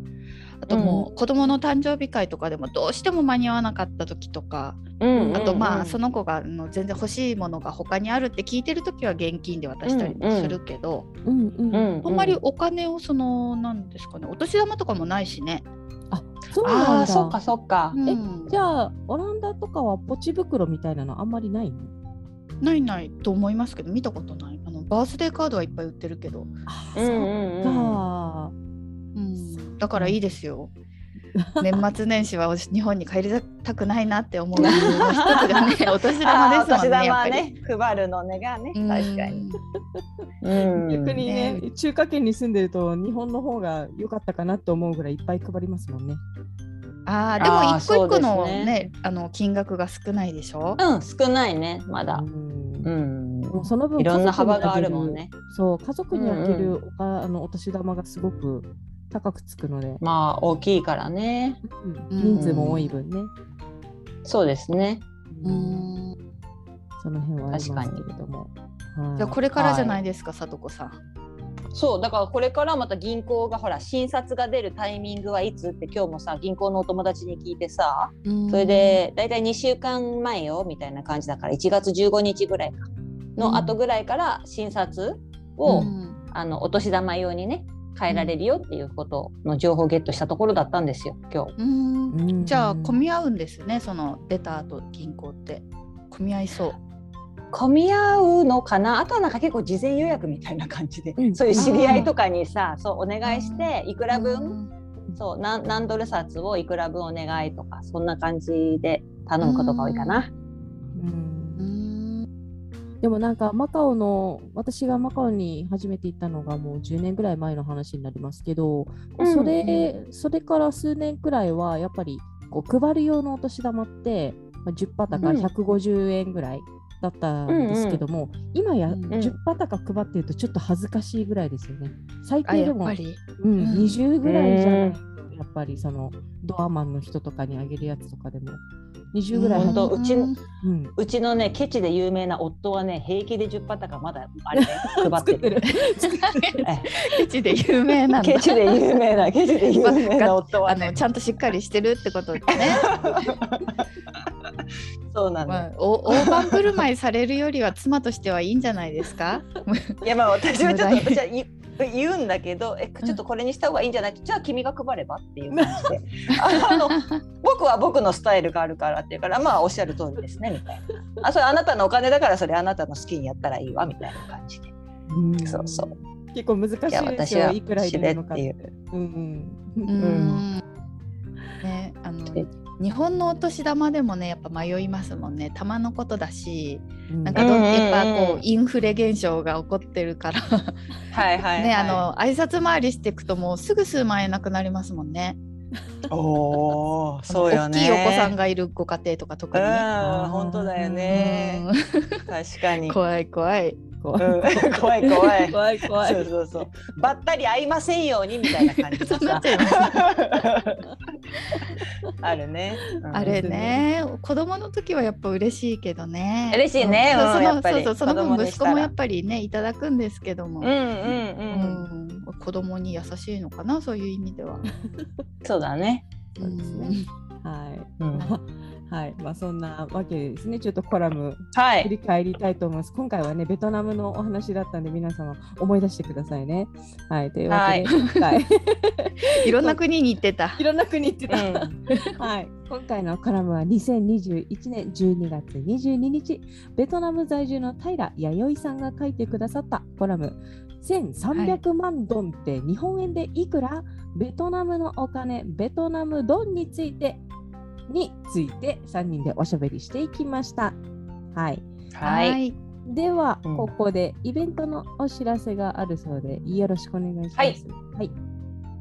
S2: あともう子供の誕生日会とかでもどうしても間に合わなかった時とか、
S5: うん
S2: あとまあそ
S5: の
S2: の子があの全然欲しいものが他にあるって聞いてる時は現金で渡したりもするけど、
S1: うんうん。
S5: うん
S2: あんまりお金をそのなんですかねお年玉とかもないしね。
S1: あそう
S5: あ
S1: な
S5: あ
S1: ん
S5: そっか
S1: だ。
S5: そっか、
S1: え
S2: うん
S1: じゃあオランダとかはポチ袋みたいなのあんまりないの
S2: ないないと思いますけど見たことないあのバースデーカードはいっぱい売ってるけど、
S1: あ
S5: うんうんうん
S1: あ
S2: うん、だからいいですよ年末年始は日本に帰りたくないなって思 う理由の一つがねお年玉
S3: あーお
S2: ですも
S3: 年
S2: んね
S3: 玉
S2: やっぱ
S3: は
S2: り、
S3: ね配るのねがね
S2: うん
S3: 確かに
S1: ー、逆にね
S2: ね
S1: 中華圏に住んでると日本の方が良かったかなと思うぐらいいっぱい配りますもんね。
S2: あーでも
S5: あー
S2: 一個一個の
S5: そうです
S2: ね
S5: ね
S2: あの金額が少ないでしょ、
S5: うん少ないねまだ
S1: う、ん
S5: うん
S1: もうその分
S5: いろんな
S1: 家族に
S5: 幅があるもんね
S1: あげるそう家族にあげるおか、あのお年玉がすごく高くつくので、
S3: まあ大きいからね。
S1: うん人数も多い分ね、
S3: そうですね。
S2: うん
S1: その辺はありますけれども。はい
S2: じゃあこれからじゃないですか、さとこさん。
S3: そうだからこれからまた銀行がほら診察が出るタイミングはいつって今日もさ銀行のお友達に聞いてさそれで大体2週間前よみたいな感じだから1月15日ぐらいか
S2: うん
S3: の後ぐらいから診察を、あのお年玉用にね変えられるよっていうことの情報をゲットしたところだったんですよ今日。
S2: うん
S1: うん
S2: じゃあ混み合うんですねその出た後銀行って混み合いそう
S3: 混み合うのかなあとはなんか結構事前予約みたいな感じで、
S1: うん
S3: そういう知り合いとかにさそうお願いしていくら分そう何何ドル札をいくら分お願いとかそんな感じで頼むことが多いかな。
S1: うん
S2: うん
S1: でもなんかマカオの私がマカオに初めて行ったのがもう10年ぐらい前の話になりますけど、
S3: うん
S1: それそれから数年くらいはやっぱりこう配る用のお年玉ってまあ10パタか
S3: うん
S1: 150円ぐらいだったんですけども、今や
S2: うん
S1: 10パタか配ってるとちょっと恥ずかしいぐらいですよね。最
S2: あ
S1: 低で
S2: やっ
S1: も
S2: ぱり
S1: うん
S2: うん
S1: 20ぐらいじゃないと
S3: う
S1: やっぱりそのドアマンの人とかにあげるやつとかでも20ぐらい
S3: ほん
S1: の、
S3: とう ち
S2: ん
S1: うん、
S3: うちのねケチで有名な夫はね平気で10パタかまだあれね配ってる。
S2: ケチで有名なんだ
S3: ケチで有名なケチで有名な夫
S2: あ
S3: は
S2: の
S3: ね
S2: ちゃんとしっかりしてるってことで ね、
S3: そうなんだ
S2: ま
S3: よ。
S2: あ、お大盤振る舞いされるよりは妻としてはいいんじゃないですか
S3: いやま あ私はちょっ
S2: 無
S3: と
S2: 駄に
S3: 私は言う言うんだけどえちょっとこれにした方がいいんじゃないじゃあ君が配ればっていう感じで あの僕は僕のスタイルがあるからっていう からまあおっしゃる通りですねみたいなあそれあなたのお金だからそれあなたの好きにやったらいいわみたいな感じで
S1: うん
S3: そうそう
S1: 結構難しい
S3: いや
S1: です
S3: 私
S1: よ
S3: はい
S1: くらいでなのかって
S3: しれっ
S1: うんう
S2: う
S1: ん
S2: んねあの日本のお年玉でもねやっぱ迷いますもんね玉のことだしなんかど、
S3: うんうんうん
S2: やっぱこうインフレ現象が起こってるから
S3: はいはい、はい、
S2: ね、あの挨拶回りしていくともうすぐ数万円なくなりますもんね。
S3: おお、そうよね。
S2: 大きいお子さんがいるご家庭とか特にね。
S3: うん、本当だよね。確か
S2: うん
S3: に。
S2: 怖い怖い。
S1: 怖い
S3: うん怖い怖い。
S1: 怖い怖
S3: そうそうそう。ばったり会いませんようにみたいな感じで
S2: そうな
S3: さ
S2: っ。ちゃいます。
S3: あるね。うん
S2: あれね、子供の時はやっぱ嬉しいけどね。
S3: 嬉しいね
S2: そう
S3: うん
S2: そ
S3: や
S2: の
S3: っぱ
S2: そう
S3: り
S2: そうその
S3: 子供
S2: 分
S3: に
S2: 息
S3: し
S2: 子
S3: たら
S2: もやっぱりねいただくんですけども。
S3: うんうん
S2: う
S3: うん。
S2: ん子供に優しいのかなそういう意味 では。
S3: そうだね。
S1: そうですねはい
S3: うん
S1: はい まあそんなわけでですねちょっとコラム
S3: は
S1: 振
S3: い。
S1: り返りたいと思います今回はねベトナムのお話だったんで皆様思い出してくださいねはいという わけで今回
S2: うんいろんな国に行ってた
S1: い。ろんな国行って
S3: う
S1: た
S3: ん。
S1: はい、 今回のコラムは2021年12月22日ベトナム在住の平弥生さんが書いてくださったコラム1300万ドンって日本円でいくら、ベトナムのお金ベトナムドンについてについて3人でおしゃべりしていきました。はい、
S3: はい。
S2: い。
S1: では、
S3: うん
S1: ここでイベントのお知らせがあるそうでよろしくお願いします。
S3: はい
S1: はい、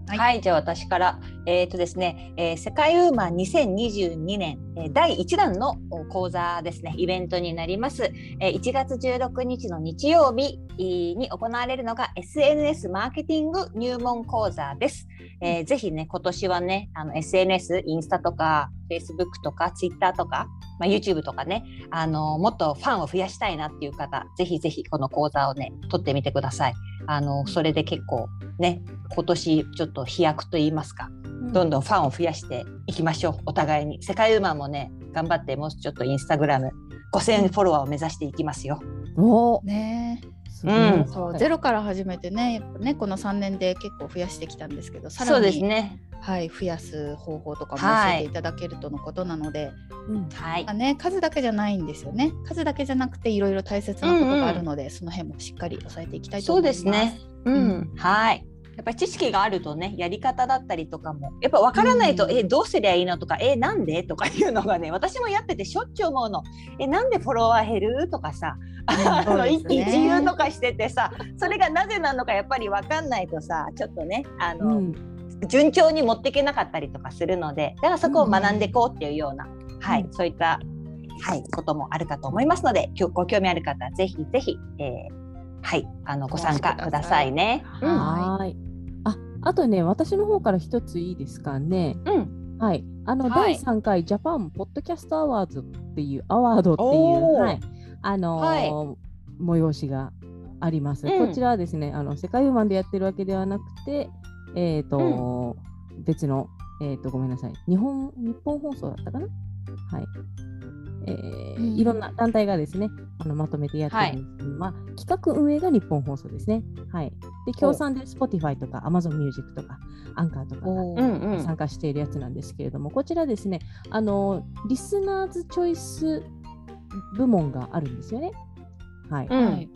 S2: はい
S3: はい、じゃあ私から、えっ、とですね、えー世界ウーマン2022年、えー第1弾のお講座ですね、イベントになります。えー1月16日の日曜日えーに行われるのが SNS マーケティング入門講座です。えーぜひね、今年はね、あの SNS、インスタとか、Facebook とか、Twitter とか、まあ、YouTube とかね、あのもっとファンを増やしたいなっていう方、ぜひぜひこの講座をね、取ってみてください。あのそれで結構ね、今年ちょっと飛躍と言いますか、どんどんファンを増やしていきましょう。お互いに世界ウーマンもね、頑張ってもうちょっとインスタグラム5000フォロワーを目指していきますよ。
S1: おー
S2: ねえ。
S1: すごい
S3: うん
S2: そう、
S1: はい
S2: ゼロから始めてねやっぱねこの3年で結構増やしてきたんですけどさ
S3: そ
S2: ら
S3: う
S2: に、
S3: ですね。
S2: はい、増やす方法とかも
S3: は
S2: 教え
S3: い
S2: ていただけるとのことなので、
S1: うん
S3: はい
S2: まあ。ね、数だけじゃないんですよね数だけじゃなくていろいろ大切なことがあるので、その辺もしっかり押さえていきたいと
S3: そ
S2: 思
S3: う
S2: いま。
S3: ですすね。うん、はい。やっぱり知識があるとね、やり方だったりとかも、やっぱ分からないと、
S2: うん
S3: え、どうすりゃいいのとか、え、なんでとかいうのがね、私もやっててしょっちゅう思うの。え、なんでフォロワー減るとかさ、あ
S2: そう
S3: の
S2: ですね
S3: 一喜一憂とかしててさ、それがなぜなのかやっぱり分かんないとさ、ちょっとね、あの、
S1: うん
S3: 順調に持っていけなかったりとかするのでだからそこを学んでいこうっていうような、はい、そういった、はい、こともあるかと思いますのできょご興味ある方はぜひぜひ、えーはい、あのご参加
S2: お越しく
S3: く
S2: ださい
S3: ださいね。
S2: うん
S1: はーい。あ、ああとね、私の方から一ついいですかね。
S3: うん。
S1: はい。あの、
S3: はい
S1: 第3回ジャパンポッドキャストアワードっていう、アワードっていう、
S3: おー
S1: はい。あのー催しがあります。
S3: うん
S1: こちらはですね、あの、世界ウーマンでやってるわけではなくて、えっ、と、別の、えっ、と、ごめんなさい。日本、日本放送だったかなはい。えー
S2: うん
S1: いろんな団体がですね、あのまとめてやってるんです、まあ、企画運営が日本放送ですね。はい。で、協賛で Spotify とか Amazon Music とか、アンカーとかが
S3: う
S6: うん
S3: んうん。
S1: 参加しているやつなんですけれども、こちらですねあのリスナーズチョイス部門があるんですよね。はい、
S3: うん
S2: はい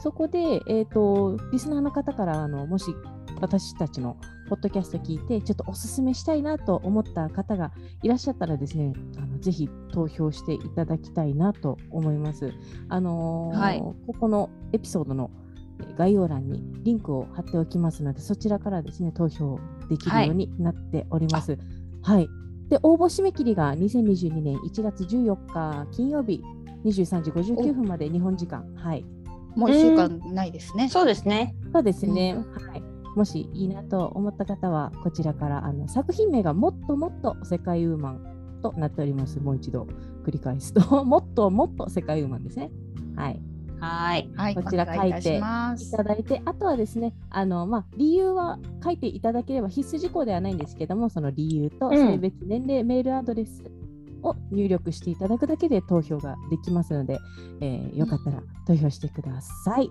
S1: そこで、えー、とリスナーの方からあのもし私たちのポッドキャスト聞いてちょっとおすすめしたいなと思った方がいらっしゃったらですねあのぜひ投票していただきたいなと思います。あのー
S2: はい
S1: ここのエピソードのえー概要欄にリンクを貼っておきますのでそちらからですね投票できるようになっております。はい、で応募締め切りが2022年1月14日金曜日23時59分まで日本時間。はい
S2: もう1週間ないですね。
S3: そうですね。
S1: そうですね、
S2: う
S1: はい、もしいいなと思った方はこちらからあの作品名が「もっともっと世界ウーマン」となっておりますもう一度繰り返すと「 もっともっと世界ウーマン」ですね。はい、
S3: はい。
S2: はい、
S1: こちら
S2: お願いい
S1: 書
S2: た
S1: いて
S2: します
S1: いただいてあとはですねあの、まあ、理由は書いていただければ必須事項ではないんですけどもその理由と
S3: うん
S1: 性別、年齢メールアドレスを入力していただくだけで投票ができますので、えーよかったら投票してください。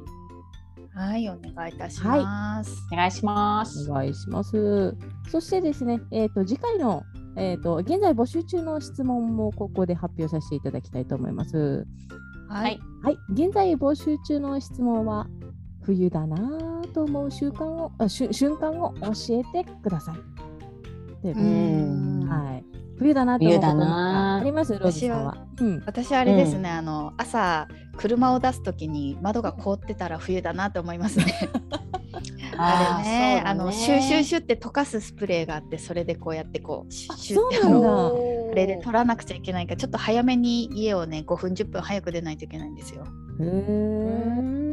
S2: はい、お願いいたします。
S3: お願いします
S1: お。願いします。そしてですね、えー、と次回の、えー、と現在募集中の質問もここで発表させていただきたいと思います。
S2: はいい、
S1: はい、現在募集中の質問は冬だなぁと思う習慣をあしゅ瞬間を教えてください。ということ
S2: う
S1: で
S2: ん
S1: はい、冬だなと思うこと
S3: 冬だなぁ
S1: ありますローズさんは。うん、
S2: 私あれですね、あの朝車を出すときに窓が凍ってたら冬だなと思いま すね。あれ ね、あのシューシューシューって溶かすスプレーがあって、それでこうやってこうシュッシュッて
S1: そうなんだ
S3: おー
S2: あれで取らなくちゃいけないから、ちょっと早めに家をね5分10分早く出ないといけないんですよ。
S1: へ
S3: う
S1: ー
S3: ん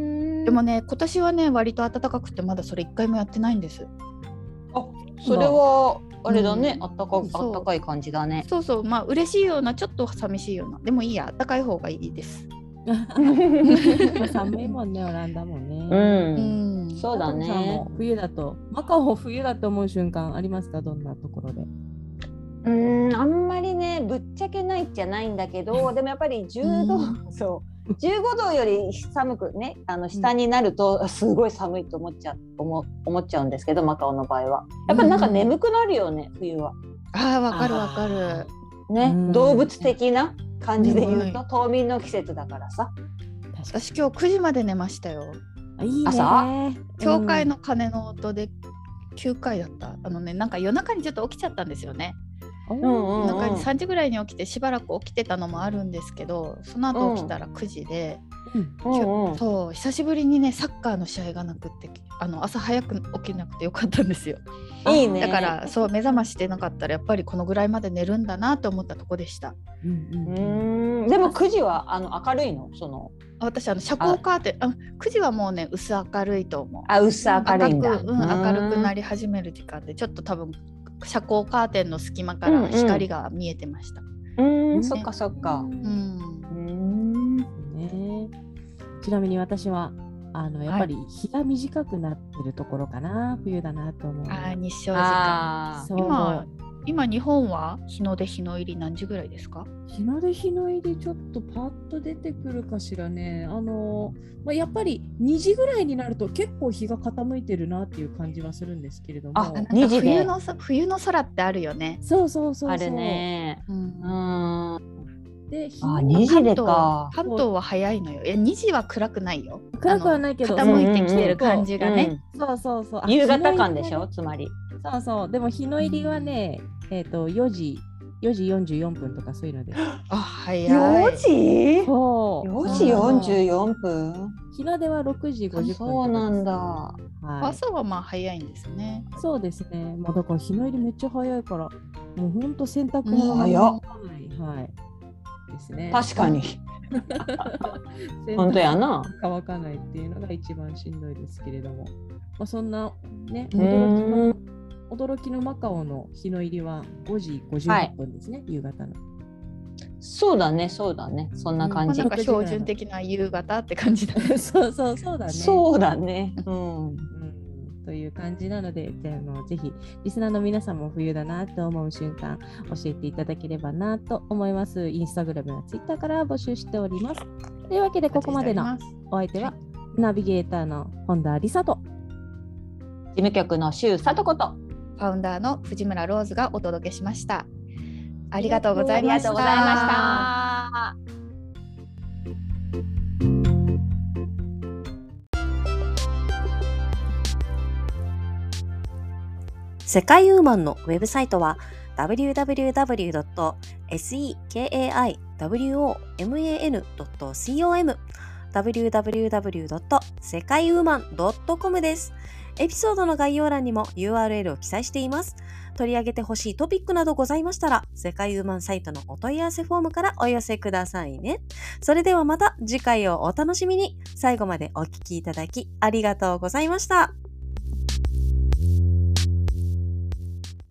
S2: でもね、今年はね割と暖かくてまだそれ一回もやってないんです。
S3: それはあれだね、
S2: うん
S3: あったかあっ
S2: そう
S3: たかい感じだね。
S2: そうそう、まあ嬉しいようなちょっと寂しいような、でもいいや暖かい方がいいです。
S1: まあ 寒いもんね、オランダもね。
S3: うん、
S2: うん
S3: そうだ
S1: さん
S3: ね。
S1: も冬だと、マカオ冬だと思う瞬間ありますか、どんなところで。
S3: うん、あんまりね、ぶっちゃけないじゃないんだけど、でもやっぱり10度、
S2: う
S3: そう、15度より寒くね、あの下になると、あすごい寒いと思っちゃう、思う思っちゃうんですけど、マカオの場合は。やっぱりなんか眠くなるよね、冬は。
S2: ああわかるわかる。
S3: ね、
S1: うん
S3: 動物的な感じで言うと、
S2: う
S3: 冬眠の季節だからさ。
S1: 確
S2: 私今日9時まで寝ましたよ。
S1: あいいね
S3: 朝
S2: 教会の鐘の音で9回だった、あのねなんか夜中にちょっと起きちゃったんですよね、
S1: うん
S3: うんう
S2: 夜
S3: ん
S2: 中に3時ぐらいに起きてしばらく起きてたのもあるんですけどその後起きたら9時で、
S3: うんうん
S2: そう久しぶりにねサッカーの試合がなくってあの朝早く起きなくてよかったんですよ
S3: いいね。
S2: だからそう目覚ましてなかったらやっぱりこのぐらいまで寝るんだなと思ったとこでした
S1: うん
S3: う
S1: うんうん
S3: ん、でも9時はあの明るいの、その。
S2: 私あの遮光カーテンあ9時はもうね薄明るいと思う
S3: あ、薄明るいんだ。
S2: 赤くうん、明るくな
S3: り。
S2: り始める時間でちょっと多分遮光カーテンの隙間から光が見えてました。
S3: うん、
S1: うん
S3: そっかそっ
S2: う
S3: か。
S2: ん
S3: うん。
S1: ねちなみに私はあのやっぱり日が短くなってるところかな、冬だなと思う。
S2: あー日照時間
S3: あ
S1: そう
S2: 今今日本は日の出日の入り何時ぐらいですか
S1: 日の出日の入りちょっとパッと出てくるかしらねあの、まあ、やっぱり2時ぐらいになると結構日が傾いてるなっていう感じはするんですけれども
S3: あ
S2: なんか
S3: 二時で
S2: 冬のそ冬の空ってあるよね。
S1: そうそうそうそう
S3: あるね。
S2: うん
S3: うん。あ、
S1: で日
S3: 二時でか。
S2: 関東は早いのよ。いや2時は暗くないよ。
S1: 暗くはないけど
S2: あの傾いてきてる感じがね。
S1: そうそうそうあ
S3: うん夕方間でし
S1: 日の入りがね
S3: ょ、つまり。
S1: そうそう、でも日の入りはね、えっ、と、4時、4時44分とかそういうので。
S2: あ早い。
S3: 4時
S1: そ
S3: ?4 時44分
S1: 日の出は6時50分とかです
S3: そうなん。だ。
S1: は
S2: 朝はまあ早いんですね。
S1: い。そうですね。もうだから日の入りめっちゃ早いから、もうほんと洗濯
S2: うん
S1: 物が
S3: 早
S1: 乾
S3: っ
S1: かないはい。ですね。
S3: 確かに。
S1: 洗濯
S3: 本当やな。
S1: 乾かないっていうのが一番しんどいですけれども、まあ、そんなね、
S2: う
S1: 驚
S2: ん
S1: きの
S7: 驚きのマカオの日の入りは5時58分ですね、夕方の。
S3: そうだね、そうだね。そんな
S2: ま
S3: 感
S2: あ、
S3: じ。
S2: なんか標準的な夕方って感じだ ね。
S7: そうそうそうだね。
S3: そうだね。う
S7: う
S3: ん。
S7: んという感じなので、じゃああのぜひリスナーの皆さんも冬だなと思う瞬間教えていただければなと思います。インスタグラムやツイッターから募集しております。というわけでここまでのお相手はナビゲーターの本田理沙と
S3: 事務局の周さとこと。
S2: ファウンダーの藤村ローズがお届けしました。ありがとうござ
S3: あ
S2: い
S3: り
S2: ま
S3: が
S2: し
S3: と
S2: た。
S3: うございました。
S1: 世界ウーマンのウェブサイトは www.sekaiwoman.com www.sekaiwoman.com です。エピソードの概要欄にも URL を記載しています。取り上げてほしいトピックなどございましたら、世界ウーマンサイトのお問い合わせフォームからお寄せくださいね。それではまた次回をお楽しみに。最後までお聞きいただきありがとうございました。